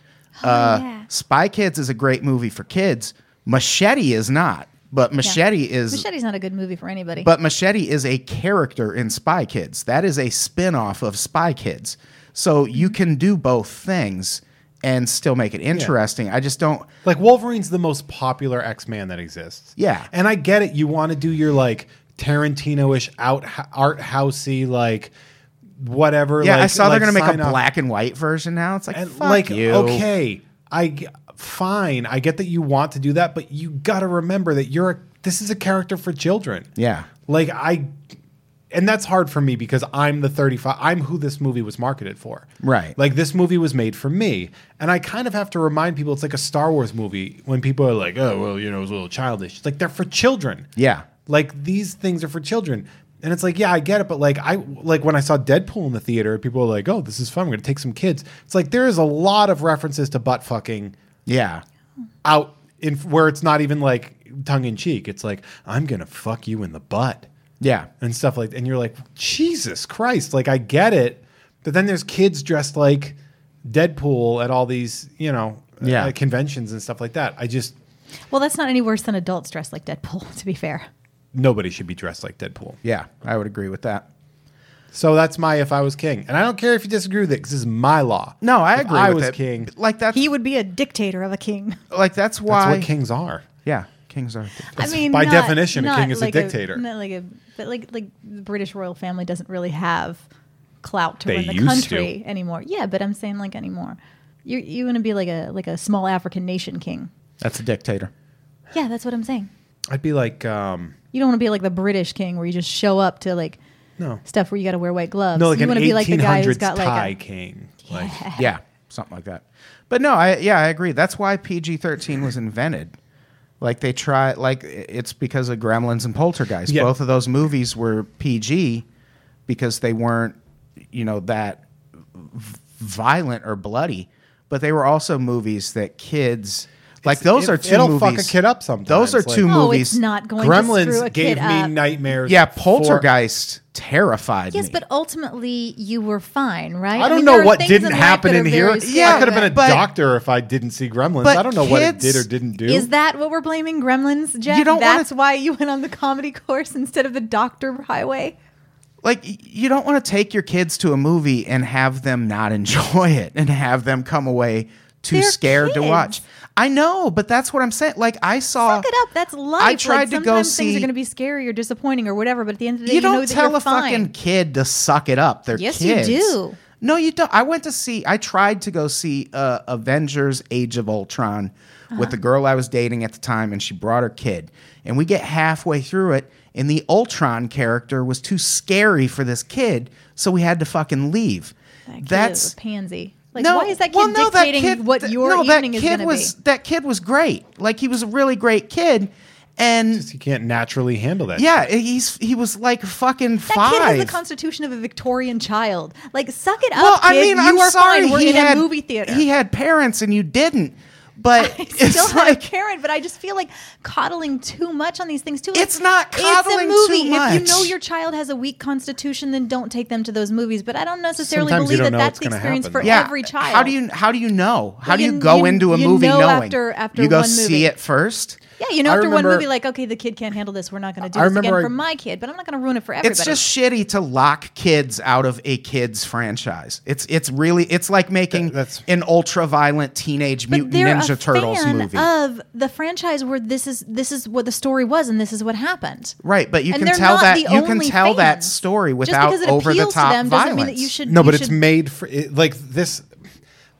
Speaker 3: uh,
Speaker 4: Oh, yeah.
Speaker 3: Spy Kids is a great movie for kids. Machete is not, but Machete is.
Speaker 4: Machete's not a good movie for anybody.
Speaker 3: But Machete is a character in Spy Kids. That is a spin-off of Spy Kids. So you can do both things and still make it interesting. I just don't
Speaker 2: Like Wolverine's the most popular X Man that exists.
Speaker 3: Yeah.
Speaker 2: and I get it. You want to do your like Tarantino-ish out art housey like whatever.
Speaker 3: Yeah, I
Speaker 2: like-
Speaker 3: saw
Speaker 2: like,
Speaker 3: they're gonna make
Speaker 2: sign
Speaker 3: a
Speaker 2: off.
Speaker 3: black and white version now. It's like,
Speaker 2: And
Speaker 3: fuck
Speaker 2: like
Speaker 3: you.
Speaker 2: okay, I g- fine. I get that you want to do that, but you got to remember that you're a, this is a character for children.
Speaker 3: Yeah.
Speaker 2: Like I and that's hard for me because I'm the 35 I'm who this movie was marketed for.
Speaker 3: Right.
Speaker 2: Like this movie was made for me. And I kind of have to remind people it's like a Star Wars movie when people are like, "Oh, well, you know, it was a little childish." It's like they're for children.
Speaker 3: Yeah.
Speaker 2: Like these things are for children. And it's like, yeah, I get it, but like I like when I saw Deadpool in the theater, people were like, "Oh, this is fun. We're going to take some kids." It's like there is a lot of references to butt fucking
Speaker 3: Yeah.
Speaker 2: out in where it's not even like tongue in cheek. It's like, "I'm going to fuck you in the butt."
Speaker 3: Yeah.
Speaker 2: and stuff like and you're like jesus christ like i get it but then there's kids dressed like deadpool at all these you know
Speaker 3: Yeah.
Speaker 2: uh, conventions and stuff like that i just
Speaker 4: well, that's not any worse than adults dressed like Deadpool, to be fair.
Speaker 2: nobody should be dressed like deadpool
Speaker 3: Yeah. I would agree with that.
Speaker 2: so that's my if i was king and i don't care if you disagree with it because this is my law
Speaker 3: No, I
Speaker 2: If
Speaker 3: agree
Speaker 2: i
Speaker 3: with
Speaker 2: was
Speaker 3: it.
Speaker 2: king
Speaker 3: Like that's
Speaker 4: He would be a dictator of a king.
Speaker 3: like that's
Speaker 2: that's
Speaker 3: why
Speaker 2: what kings are
Speaker 3: Yeah. Kings are
Speaker 4: I mean,
Speaker 2: by
Speaker 4: not-
Speaker 2: definition, a
Speaker 4: not
Speaker 2: king is a
Speaker 4: like
Speaker 2: dictator.
Speaker 4: not like a, but like like the British royal family doesn't really have clout to
Speaker 2: They
Speaker 4: run the
Speaker 2: used
Speaker 4: country anymore. Yeah, but I'm saying like anymore. You you want to be like a like a small African nation king?
Speaker 3: That's a dictator.
Speaker 4: Yeah, that's what I'm saying.
Speaker 2: i'd be like um
Speaker 4: You don't want to be like the British king where you just show up to like
Speaker 2: no
Speaker 4: stuff where you got to wear white gloves.
Speaker 2: no like
Speaker 4: you
Speaker 2: an
Speaker 4: want to
Speaker 2: 1800s
Speaker 4: be like the guy who's got like
Speaker 2: thai
Speaker 4: a,
Speaker 2: king like
Speaker 3: Yeah. Something like that. But no, I yeah, I agree. That's why PG thirteen was invented. Like they try like it's because of Gremlins and Poltergeist.
Speaker 2: Yeah.
Speaker 3: Both of those movies were PG because they weren't, you know, that violent or bloody, but they were also movies that kids like. those
Speaker 2: it-
Speaker 3: are 2
Speaker 2: it'll
Speaker 3: movies.
Speaker 2: fuck a kid up sometimes,
Speaker 3: Those are
Speaker 2: like-
Speaker 3: two
Speaker 4: oh,
Speaker 3: movies.
Speaker 4: it's not going to screw
Speaker 2: gremlins
Speaker 4: a
Speaker 2: gave
Speaker 4: kid
Speaker 2: me
Speaker 4: up.
Speaker 2: nightmares
Speaker 3: Yeah,
Speaker 2: for-
Speaker 3: Poltergeist terrified
Speaker 4: Yes,
Speaker 3: me.
Speaker 4: but ultimately you were fine, right?
Speaker 2: I don't
Speaker 4: mean,
Speaker 2: know
Speaker 4: there are
Speaker 2: what
Speaker 4: things
Speaker 2: didn't
Speaker 4: life
Speaker 2: happen
Speaker 4: that
Speaker 2: in
Speaker 4: are
Speaker 2: here.
Speaker 4: very
Speaker 2: Yeah, I could have been a
Speaker 4: scary.
Speaker 3: but-
Speaker 2: doctor if I didn't see Gremlins.
Speaker 3: but
Speaker 2: I don't know what it
Speaker 3: kids-
Speaker 2: did or didn't do.
Speaker 4: Is that what we're blaming Gremlins, Jack?
Speaker 3: You don't wanna-
Speaker 4: That's why you went on the comedy course instead of the Doctor Highway.
Speaker 3: like y- you don't want to take your kids to a movie and have them not enjoy it and have them come away too
Speaker 4: They're
Speaker 3: scared to
Speaker 4: kids.
Speaker 3: watch. I know, but that's what I'm saying. Like I saw
Speaker 4: Suck it up. That's life.
Speaker 3: Uh, I tried
Speaker 4: like,
Speaker 3: to
Speaker 4: sometimes
Speaker 3: go
Speaker 4: things
Speaker 3: see-
Speaker 4: are going to be scary or disappointing or whatever. But at the end of the day,
Speaker 3: you,
Speaker 4: you,
Speaker 3: don't
Speaker 4: know that
Speaker 3: tell
Speaker 4: you're
Speaker 3: a fucking
Speaker 4: fine.
Speaker 3: kid to suck it up. They're
Speaker 4: Yes, you
Speaker 3: kids.
Speaker 4: do.
Speaker 3: No, you don't. I went to see. I tried to go see uh, Avengers: Age of Ultron with
Speaker 4: Uh-huh.
Speaker 3: the girl I was dating at the time, and she brought her kid. And we get halfway through it, and the Ultron character was too scary for this kid, so we had to fucking leave.
Speaker 4: That kid is
Speaker 3: That's
Speaker 4: a pansy. Like,
Speaker 3: no,
Speaker 4: why is that kid
Speaker 3: well, no, that
Speaker 4: dictating
Speaker 3: kid-
Speaker 4: what
Speaker 3: th-
Speaker 4: your
Speaker 3: no, that
Speaker 4: evening is
Speaker 3: kid
Speaker 4: going to
Speaker 3: was-
Speaker 4: be?
Speaker 3: That kid was great. Like he was a really great kid, and
Speaker 2: you can't naturally handle that?
Speaker 3: yeah, he's he was like fucking
Speaker 4: That
Speaker 3: five.
Speaker 4: kid has the constitution of a Victorian child. Like, suck it up,
Speaker 3: Well, I
Speaker 4: kid.
Speaker 3: mean,
Speaker 4: you
Speaker 3: I'm
Speaker 4: are
Speaker 3: sorry.
Speaker 4: fine. We're
Speaker 3: he
Speaker 4: in
Speaker 3: had
Speaker 4: a movie theater.
Speaker 3: He had parents, and you didn't. But
Speaker 4: I
Speaker 3: it's
Speaker 4: still have
Speaker 3: like
Speaker 4: a Karen, but I just feel like coddling too much on these things too. Like,
Speaker 3: It's not
Speaker 4: It's a
Speaker 3: coddling
Speaker 4: movie.
Speaker 3: too
Speaker 4: If you know
Speaker 3: much.
Speaker 4: your child has a weak constitution, then don't take them to those movies. But I don't necessarily
Speaker 2: Sometimes you
Speaker 4: believe
Speaker 2: don't
Speaker 4: that
Speaker 2: know what's
Speaker 4: that's the
Speaker 2: gonna
Speaker 4: experience
Speaker 2: happen,
Speaker 4: for
Speaker 2: though.
Speaker 3: yeah.
Speaker 4: every child.
Speaker 3: How do you how do you know? How do
Speaker 4: You-
Speaker 3: you go
Speaker 4: you-
Speaker 3: into a
Speaker 4: you
Speaker 3: movie
Speaker 4: know
Speaker 3: knowing?
Speaker 4: after- after
Speaker 3: you go
Speaker 4: one movie.
Speaker 3: see it first.
Speaker 4: Yeah, you know,
Speaker 2: I
Speaker 4: after one
Speaker 2: remember-
Speaker 4: movie, like, okay, the kid can't handle this. We're not going to do
Speaker 2: I
Speaker 4: this again
Speaker 2: remember I-
Speaker 4: for my kid, but I'm not going to ruin it for everybody.
Speaker 3: It's just shitty to lock kids out of a kids franchise. It's it's really it's like making
Speaker 2: Th- that's-
Speaker 3: an ultra violent teenage
Speaker 4: but
Speaker 3: mutant
Speaker 4: they're
Speaker 3: ninja
Speaker 4: a
Speaker 3: turtles
Speaker 4: fan
Speaker 3: movie.
Speaker 4: of the franchise where this is this is what the story was and this is what happened.
Speaker 3: Right, but you
Speaker 4: And
Speaker 3: can
Speaker 4: they're
Speaker 3: tell
Speaker 4: not
Speaker 3: that
Speaker 4: the
Speaker 3: you can
Speaker 4: only
Speaker 3: tell that
Speaker 4: fan.
Speaker 3: story
Speaker 4: Just
Speaker 3: without
Speaker 4: because it
Speaker 3: over the
Speaker 4: appeals
Speaker 3: top
Speaker 4: to them
Speaker 3: violence.
Speaker 4: doesn't mean that you should.
Speaker 2: No,
Speaker 4: you
Speaker 2: but it's
Speaker 4: should-
Speaker 2: made for it, like this.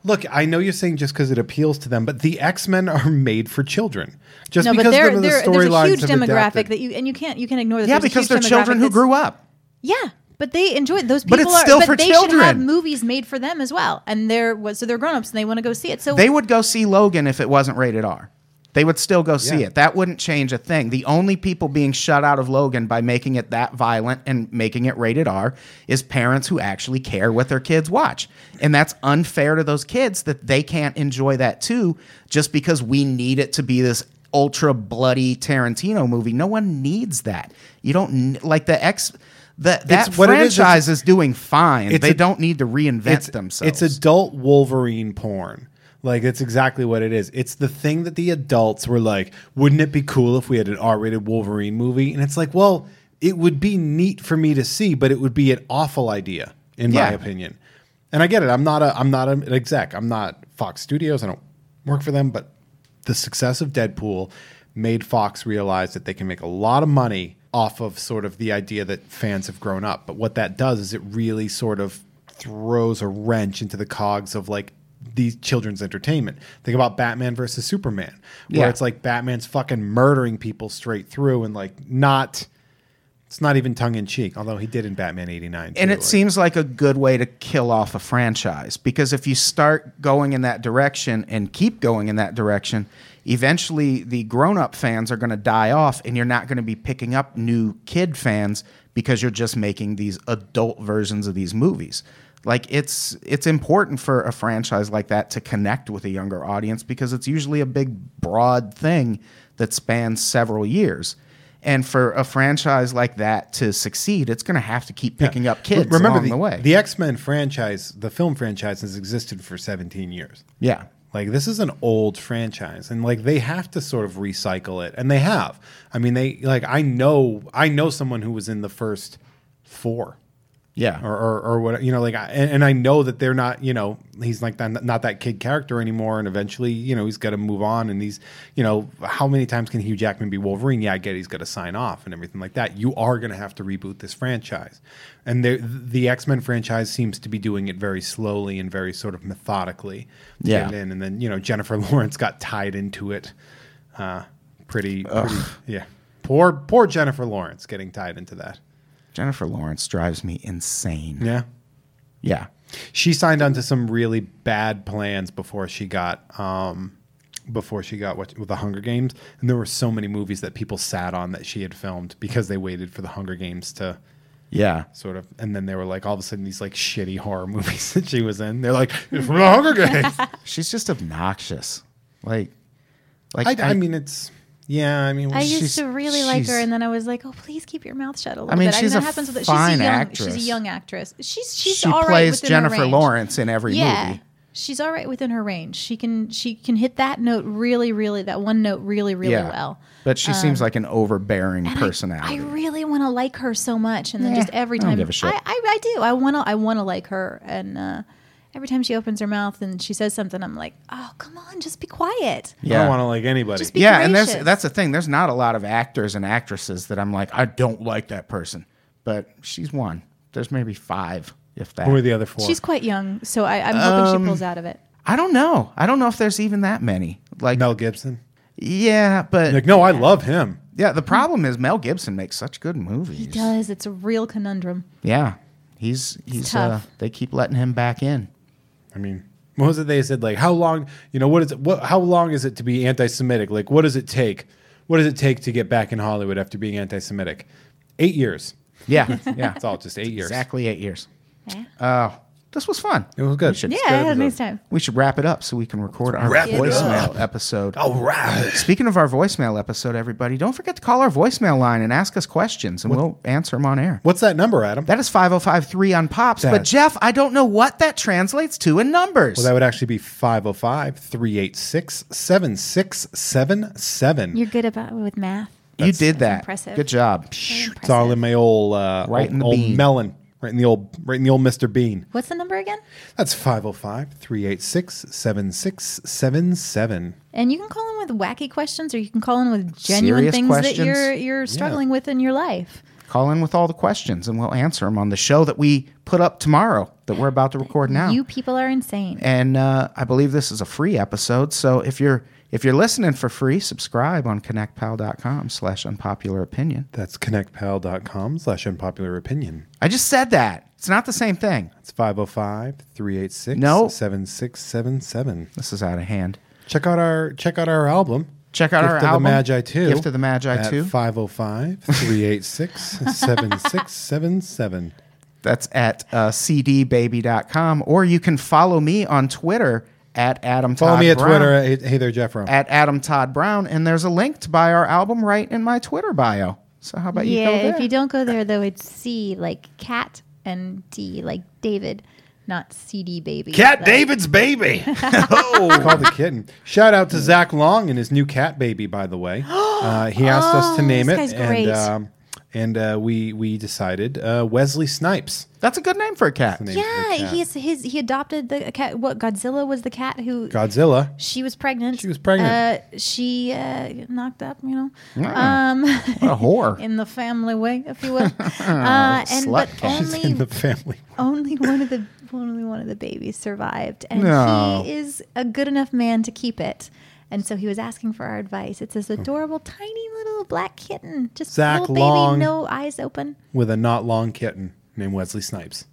Speaker 2: Look, I know you're saying just because it appeals to them, but the X Men are made for children. Just
Speaker 4: no,
Speaker 2: because
Speaker 4: but there,
Speaker 2: the, the
Speaker 4: there, there's a
Speaker 2: storylines
Speaker 4: huge
Speaker 2: have
Speaker 4: demographic
Speaker 2: adapted-
Speaker 4: that you and you can't you can't ignore that.
Speaker 3: yeah,
Speaker 4: there's a
Speaker 3: because
Speaker 4: huge
Speaker 3: they're
Speaker 4: demographic
Speaker 3: children who
Speaker 4: that's-
Speaker 3: grew up.
Speaker 4: Yeah, but they enjoy those people.
Speaker 3: But it's still
Speaker 4: are,
Speaker 3: for
Speaker 4: but they Should have
Speaker 3: children.
Speaker 4: movies made for them as well, and they're what? So they're grown ups and they want to go see it. So
Speaker 3: They would go see Logan if it wasn't rated R. They would still go see
Speaker 2: Yeah.
Speaker 3: it. That wouldn't change a thing. The only people being shut out of Logan by making it that violent and making it rated R is parents who actually care what their kids watch. And that's unfair to those kids that they can't enjoy that too just because we need it to be this ultra bloody Tarantino movie. No one needs that. You don't n- like the X that that
Speaker 2: what it is, it's-
Speaker 3: franchise is, doing fine.
Speaker 2: it's
Speaker 3: They
Speaker 2: a-
Speaker 3: don't need to reinvent
Speaker 2: it's,
Speaker 3: themselves.
Speaker 2: It's adult Wolverine porn. Like it's exactly what it is. It's the thing that the adults were like, wouldn't it be cool if we had an R-rated Wolverine movie? And it's like, well, it would be neat for me to see, but it would be an awful idea in my
Speaker 3: Yeah.
Speaker 2: opinion. And I get it. I'm not a I'm not an exec. I'm not Fox Studios. I don't work for them, but the success of Deadpool made Fox realize that they can make a lot of money off of sort of the idea that fans have grown up. But what that does is it really sort of throws a wrench into the cogs of like these children's entertainment. Think about Batman versus Superman, where
Speaker 3: Yeah.
Speaker 2: it's like Batman's fucking murdering people straight through and like not it's not even tongue in cheek, although he did in Batman 89.
Speaker 3: and
Speaker 2: too,
Speaker 3: it
Speaker 2: like-
Speaker 3: seems like a good way to kill off a franchise because if you start going in that direction and keep going in that direction, eventually the grown-up fans are going to die off and you're not going to be picking up new kid fans because you're just making these adult versions of these movies. Like it's it's important for a franchise like that to connect with a younger audience because it's usually a big broad thing that spans several years. And for a franchise like that to succeed, it's going to have to keep picking up kids
Speaker 2: Remember
Speaker 3: along the, way.
Speaker 2: the X Men franchise, the film franchise, has existed for 17 years.
Speaker 3: yeah.
Speaker 2: Like this is an old franchise, and like they have to sort of recycle it, and they have. I mean, they like I know I know someone who was in the first four
Speaker 3: Yeah.
Speaker 2: or or, or what you know like I, and, and I know that they're not you know he's like that, not that kid character anymore and eventually you know he's got to move on and he's you know how many times can Hugh Jackman be Wolverine yeah I get he's got to sign off and everything like that you are going to have to reboot this franchise and the the X-Men franchise seems to be doing it very slowly and very sort of methodically to
Speaker 3: Yeah.
Speaker 2: get it in and then you know Jennifer Lawrence got tied into it uh pretty, pretty yeah poor poor Jennifer Lawrence getting tied into that
Speaker 3: Jennifer Lawrence drives me insane. Yeah.
Speaker 2: yeah she signed on to some really bad plans before she got um before she got what with the Hunger Games and there were so many movies that people sat on that she had filmed because they waited for the Hunger Games to
Speaker 3: Yeah.
Speaker 2: sort of and then they were like all of a sudden these like shitty horror movies that she was in they're like it's from the Hunger Games
Speaker 3: She's just obnoxious. Like like
Speaker 2: I, I mean it's yeah I mean
Speaker 4: I
Speaker 2: she-
Speaker 4: used to really like her,
Speaker 3: she's-
Speaker 4: and then I was like, "Oh, please keep your mouth shut a little
Speaker 3: mean,
Speaker 4: bit."
Speaker 3: she's
Speaker 4: I know
Speaker 3: a
Speaker 4: it happens with
Speaker 3: fine
Speaker 4: she's a young, She's
Speaker 3: actress.
Speaker 4: a young actress. She's she's
Speaker 3: she
Speaker 4: all right
Speaker 3: plays
Speaker 4: within her
Speaker 3: Jennifer
Speaker 4: range.
Speaker 3: Lawrence in every
Speaker 4: Yeah,
Speaker 3: movie.
Speaker 4: she's all right within her range. She can she can hit that note really, really that one note really, really
Speaker 3: Yeah.
Speaker 4: well. Um,
Speaker 3: But she seems like an overbearing
Speaker 4: And I-
Speaker 3: personality.
Speaker 4: I, really want to like her so much, and then just every
Speaker 3: I don't
Speaker 4: time
Speaker 3: give a shit.
Speaker 4: I, I, I do. I want to. I want to like her, and uh, every time she opens her mouth and she says something, I'm like, oh come on, just be quiet.
Speaker 2: I
Speaker 3: yeah.
Speaker 2: don't want to like anybody
Speaker 4: Just be
Speaker 3: yeah, and there's
Speaker 4: gracious.
Speaker 3: that's the thing. There's not a lot of actors and actresses that I'm like, I don't like that person. But she's one. There's maybe five, if that.
Speaker 2: who are the other four
Speaker 4: She's quite young, so I, I'm hoping she
Speaker 3: Um,
Speaker 4: pulls out of it.
Speaker 3: I don't know. I don't know if there's even that many. Like,
Speaker 2: Mel Gibson
Speaker 3: yeah, but
Speaker 2: like no I love him
Speaker 3: yeah, the problem is Mel Gibson makes such good movies.
Speaker 4: Hmm. He does. It's a real conundrum.
Speaker 3: Yeah, he's he's uh,
Speaker 4: tough.
Speaker 3: they keep letting him back in.
Speaker 2: I mean, what was it they said? Like, how long? You know, what is it? What? How long is it to be anti-Semitic? Like, what does it take? What does it take to get back in Hollywood after being anti-Semitic? Eight years.
Speaker 3: Yeah, yeah,
Speaker 2: It's all just eight years.
Speaker 3: exactly eight years.
Speaker 4: Yeah,
Speaker 3: Uh, this was fun.
Speaker 2: It was good.
Speaker 4: yeah I had a nice time.
Speaker 3: We should wrap it up so we can record our voicemail episode.
Speaker 2: All right.
Speaker 3: Speaking of our voicemail episode, everybody, don't forget to call our voicemail line and ask us questions, and we'll answer them on air.
Speaker 2: What's that number, Adam?
Speaker 3: That is 5053 on Pops. but
Speaker 2: That's-
Speaker 3: Jeff, I don't know what that translates to in numbers.
Speaker 2: well, that would actually be 505 386 7677.
Speaker 4: You're good about with math.
Speaker 3: you did that.
Speaker 4: impressive.
Speaker 3: Good job.
Speaker 2: It's all in my old, uh,
Speaker 3: Right
Speaker 2: old,
Speaker 3: in the
Speaker 2: old
Speaker 3: bean.
Speaker 2: melon. Right in the old, right in the old Mr. Bean.
Speaker 4: What's the number again?
Speaker 2: That's 505 386 7677.
Speaker 4: And you can call in with wacky questions, or you can call in with genuine
Speaker 3: Serious
Speaker 4: things
Speaker 3: questions?
Speaker 4: that you're you're struggling with in your life.
Speaker 3: Call in with all the questions, and we'll answer them on the show that we put up tomorrow that we're about to record now.
Speaker 4: You people are insane.
Speaker 3: and uh, I believe this is a free episode. So if you're if you're listening for free, subscribe on connectpal.com slash unpopular opinion.
Speaker 2: That's connectpal.com slash unpopular opinion.
Speaker 3: I just said that. It's not the same thing.
Speaker 2: It's 505 386
Speaker 3: No.
Speaker 2: 7677.
Speaker 3: This is out of hand.
Speaker 2: Check out our check out our album.
Speaker 3: Check out
Speaker 2: Gift
Speaker 3: our
Speaker 2: of
Speaker 3: album,
Speaker 2: the Magi 2.
Speaker 3: Gift of the Magi 2.
Speaker 2: 505 386 7677.
Speaker 3: That's at uh, cdbaby.com. Or you can follow me on Twitter at Adam
Speaker 2: Follow
Speaker 3: Todd
Speaker 2: me at
Speaker 3: Brown-
Speaker 2: Twitter. Hey, hey there, Jeff Rome.
Speaker 3: At Adam Todd Brown. And there's a link to buy our album right in my Twitter bio. So how about
Speaker 4: yeah,
Speaker 3: you go there?
Speaker 4: if you don't go there though, it's C like cat and D like David, not CD baby.
Speaker 5: Cat
Speaker 4: Like-
Speaker 5: David's baby.
Speaker 2: Oh. Call the kitten. Shout out to Zach Long and his new cat baby, by the way. Uh, he asked
Speaker 3: Oh,
Speaker 2: us to name
Speaker 4: this
Speaker 2: it,
Speaker 4: guy's
Speaker 2: and
Speaker 4: great.
Speaker 2: um, and uh, we we decided uh, Wesley Snipes.
Speaker 3: That's a good name for a cat.
Speaker 2: the name of the
Speaker 4: Yeah,
Speaker 2: cat.
Speaker 4: he's his he adopted the cat. What Godzilla was the cat who
Speaker 2: Godzilla.
Speaker 4: she was pregnant.
Speaker 2: She was pregnant.
Speaker 4: Uh, she uh, knocked up, you know,
Speaker 3: What a whore.
Speaker 4: in the family way, if you will. Uh, and
Speaker 3: Slut
Speaker 4: but
Speaker 3: cat.
Speaker 2: She's in
Speaker 4: only
Speaker 2: the family.
Speaker 4: only one of the only one of the babies survived, and
Speaker 3: No.
Speaker 4: he is a good enough man to keep it. And so he was asking for our advice. It's this adorable, tiny little black kitten, just
Speaker 2: Zach
Speaker 4: little baby,
Speaker 2: Long.
Speaker 4: no eyes open.
Speaker 2: with a not long kitten named Wesley Snipes.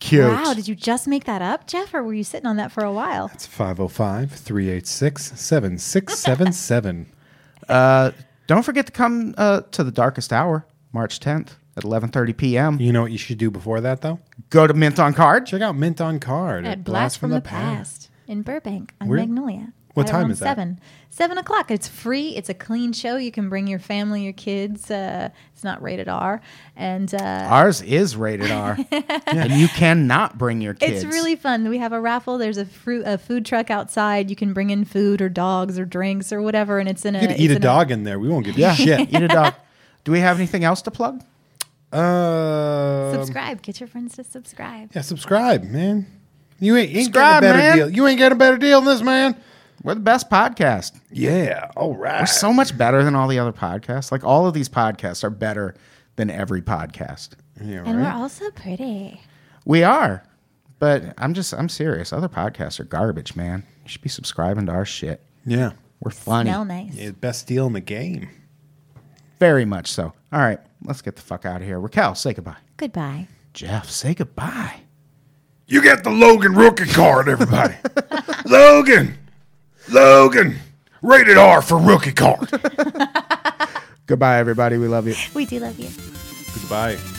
Speaker 3: Cute.
Speaker 4: Wow, did you just make that up, Jeff, or were you sitting on that for a while?
Speaker 2: It's 505 386 7677.
Speaker 3: Don't forget to come uh, to the darkest hour, March 10th at 11:30 p.m.
Speaker 2: You know what you should do before that, though?
Speaker 3: Go to Mint on Card.
Speaker 2: Check out Mint on Card.
Speaker 4: At Blast from, the Past in Burbank on
Speaker 2: Where-
Speaker 4: Magnolia.
Speaker 2: What
Speaker 4: right
Speaker 2: time
Speaker 4: around
Speaker 2: is that?
Speaker 4: Seven. Seven o'clock. It's free. It's a clean show. You can bring your family, your kids. Uh, it's not rated R, and uh,
Speaker 3: Ours is rated R, and you cannot bring your kids.
Speaker 4: it's really fun. We have a raffle. There's a fruit, a food truck outside. You can bring in food or dogs or drinks or whatever, and it's in a.
Speaker 2: You could
Speaker 4: it's
Speaker 2: eat a
Speaker 4: in
Speaker 2: dog in there. We won't give
Speaker 3: yeah.
Speaker 2: a shit.
Speaker 3: Eat it up. Do we have anything else to plug?
Speaker 2: Uh,
Speaker 4: Subscribe. Get your friends to subscribe.
Speaker 2: yeah, subscribe, man. You ain't, ain't
Speaker 3: Subscribe,
Speaker 2: getting a better
Speaker 3: man.
Speaker 2: deal. You ain't getting a better deal than this, man.
Speaker 3: We're the best podcast.
Speaker 2: Yeah, all right.
Speaker 3: We're so much better than all the other podcasts. Like all of these podcasts are better than every podcast.
Speaker 2: yeah,
Speaker 4: And we're
Speaker 2: right?
Speaker 4: also pretty.
Speaker 3: We are. But I'm just I'm serious. Other podcasts are garbage, man. You should be subscribing to our shit.
Speaker 2: yeah.
Speaker 3: We're funny.
Speaker 4: Smell nice.
Speaker 2: Yeah, best deal in the game.
Speaker 3: Very much so. All right, let's get the fuck out of here. Raquel, say goodbye.
Speaker 4: Goodbye.
Speaker 3: Jeff, say goodbye.
Speaker 5: You got the Logan rookie card, everybody. Logan. Logan. Rated R for rookie card.
Speaker 3: Goodbye, everybody. We love you.
Speaker 4: We do love you.
Speaker 2: Goodbye.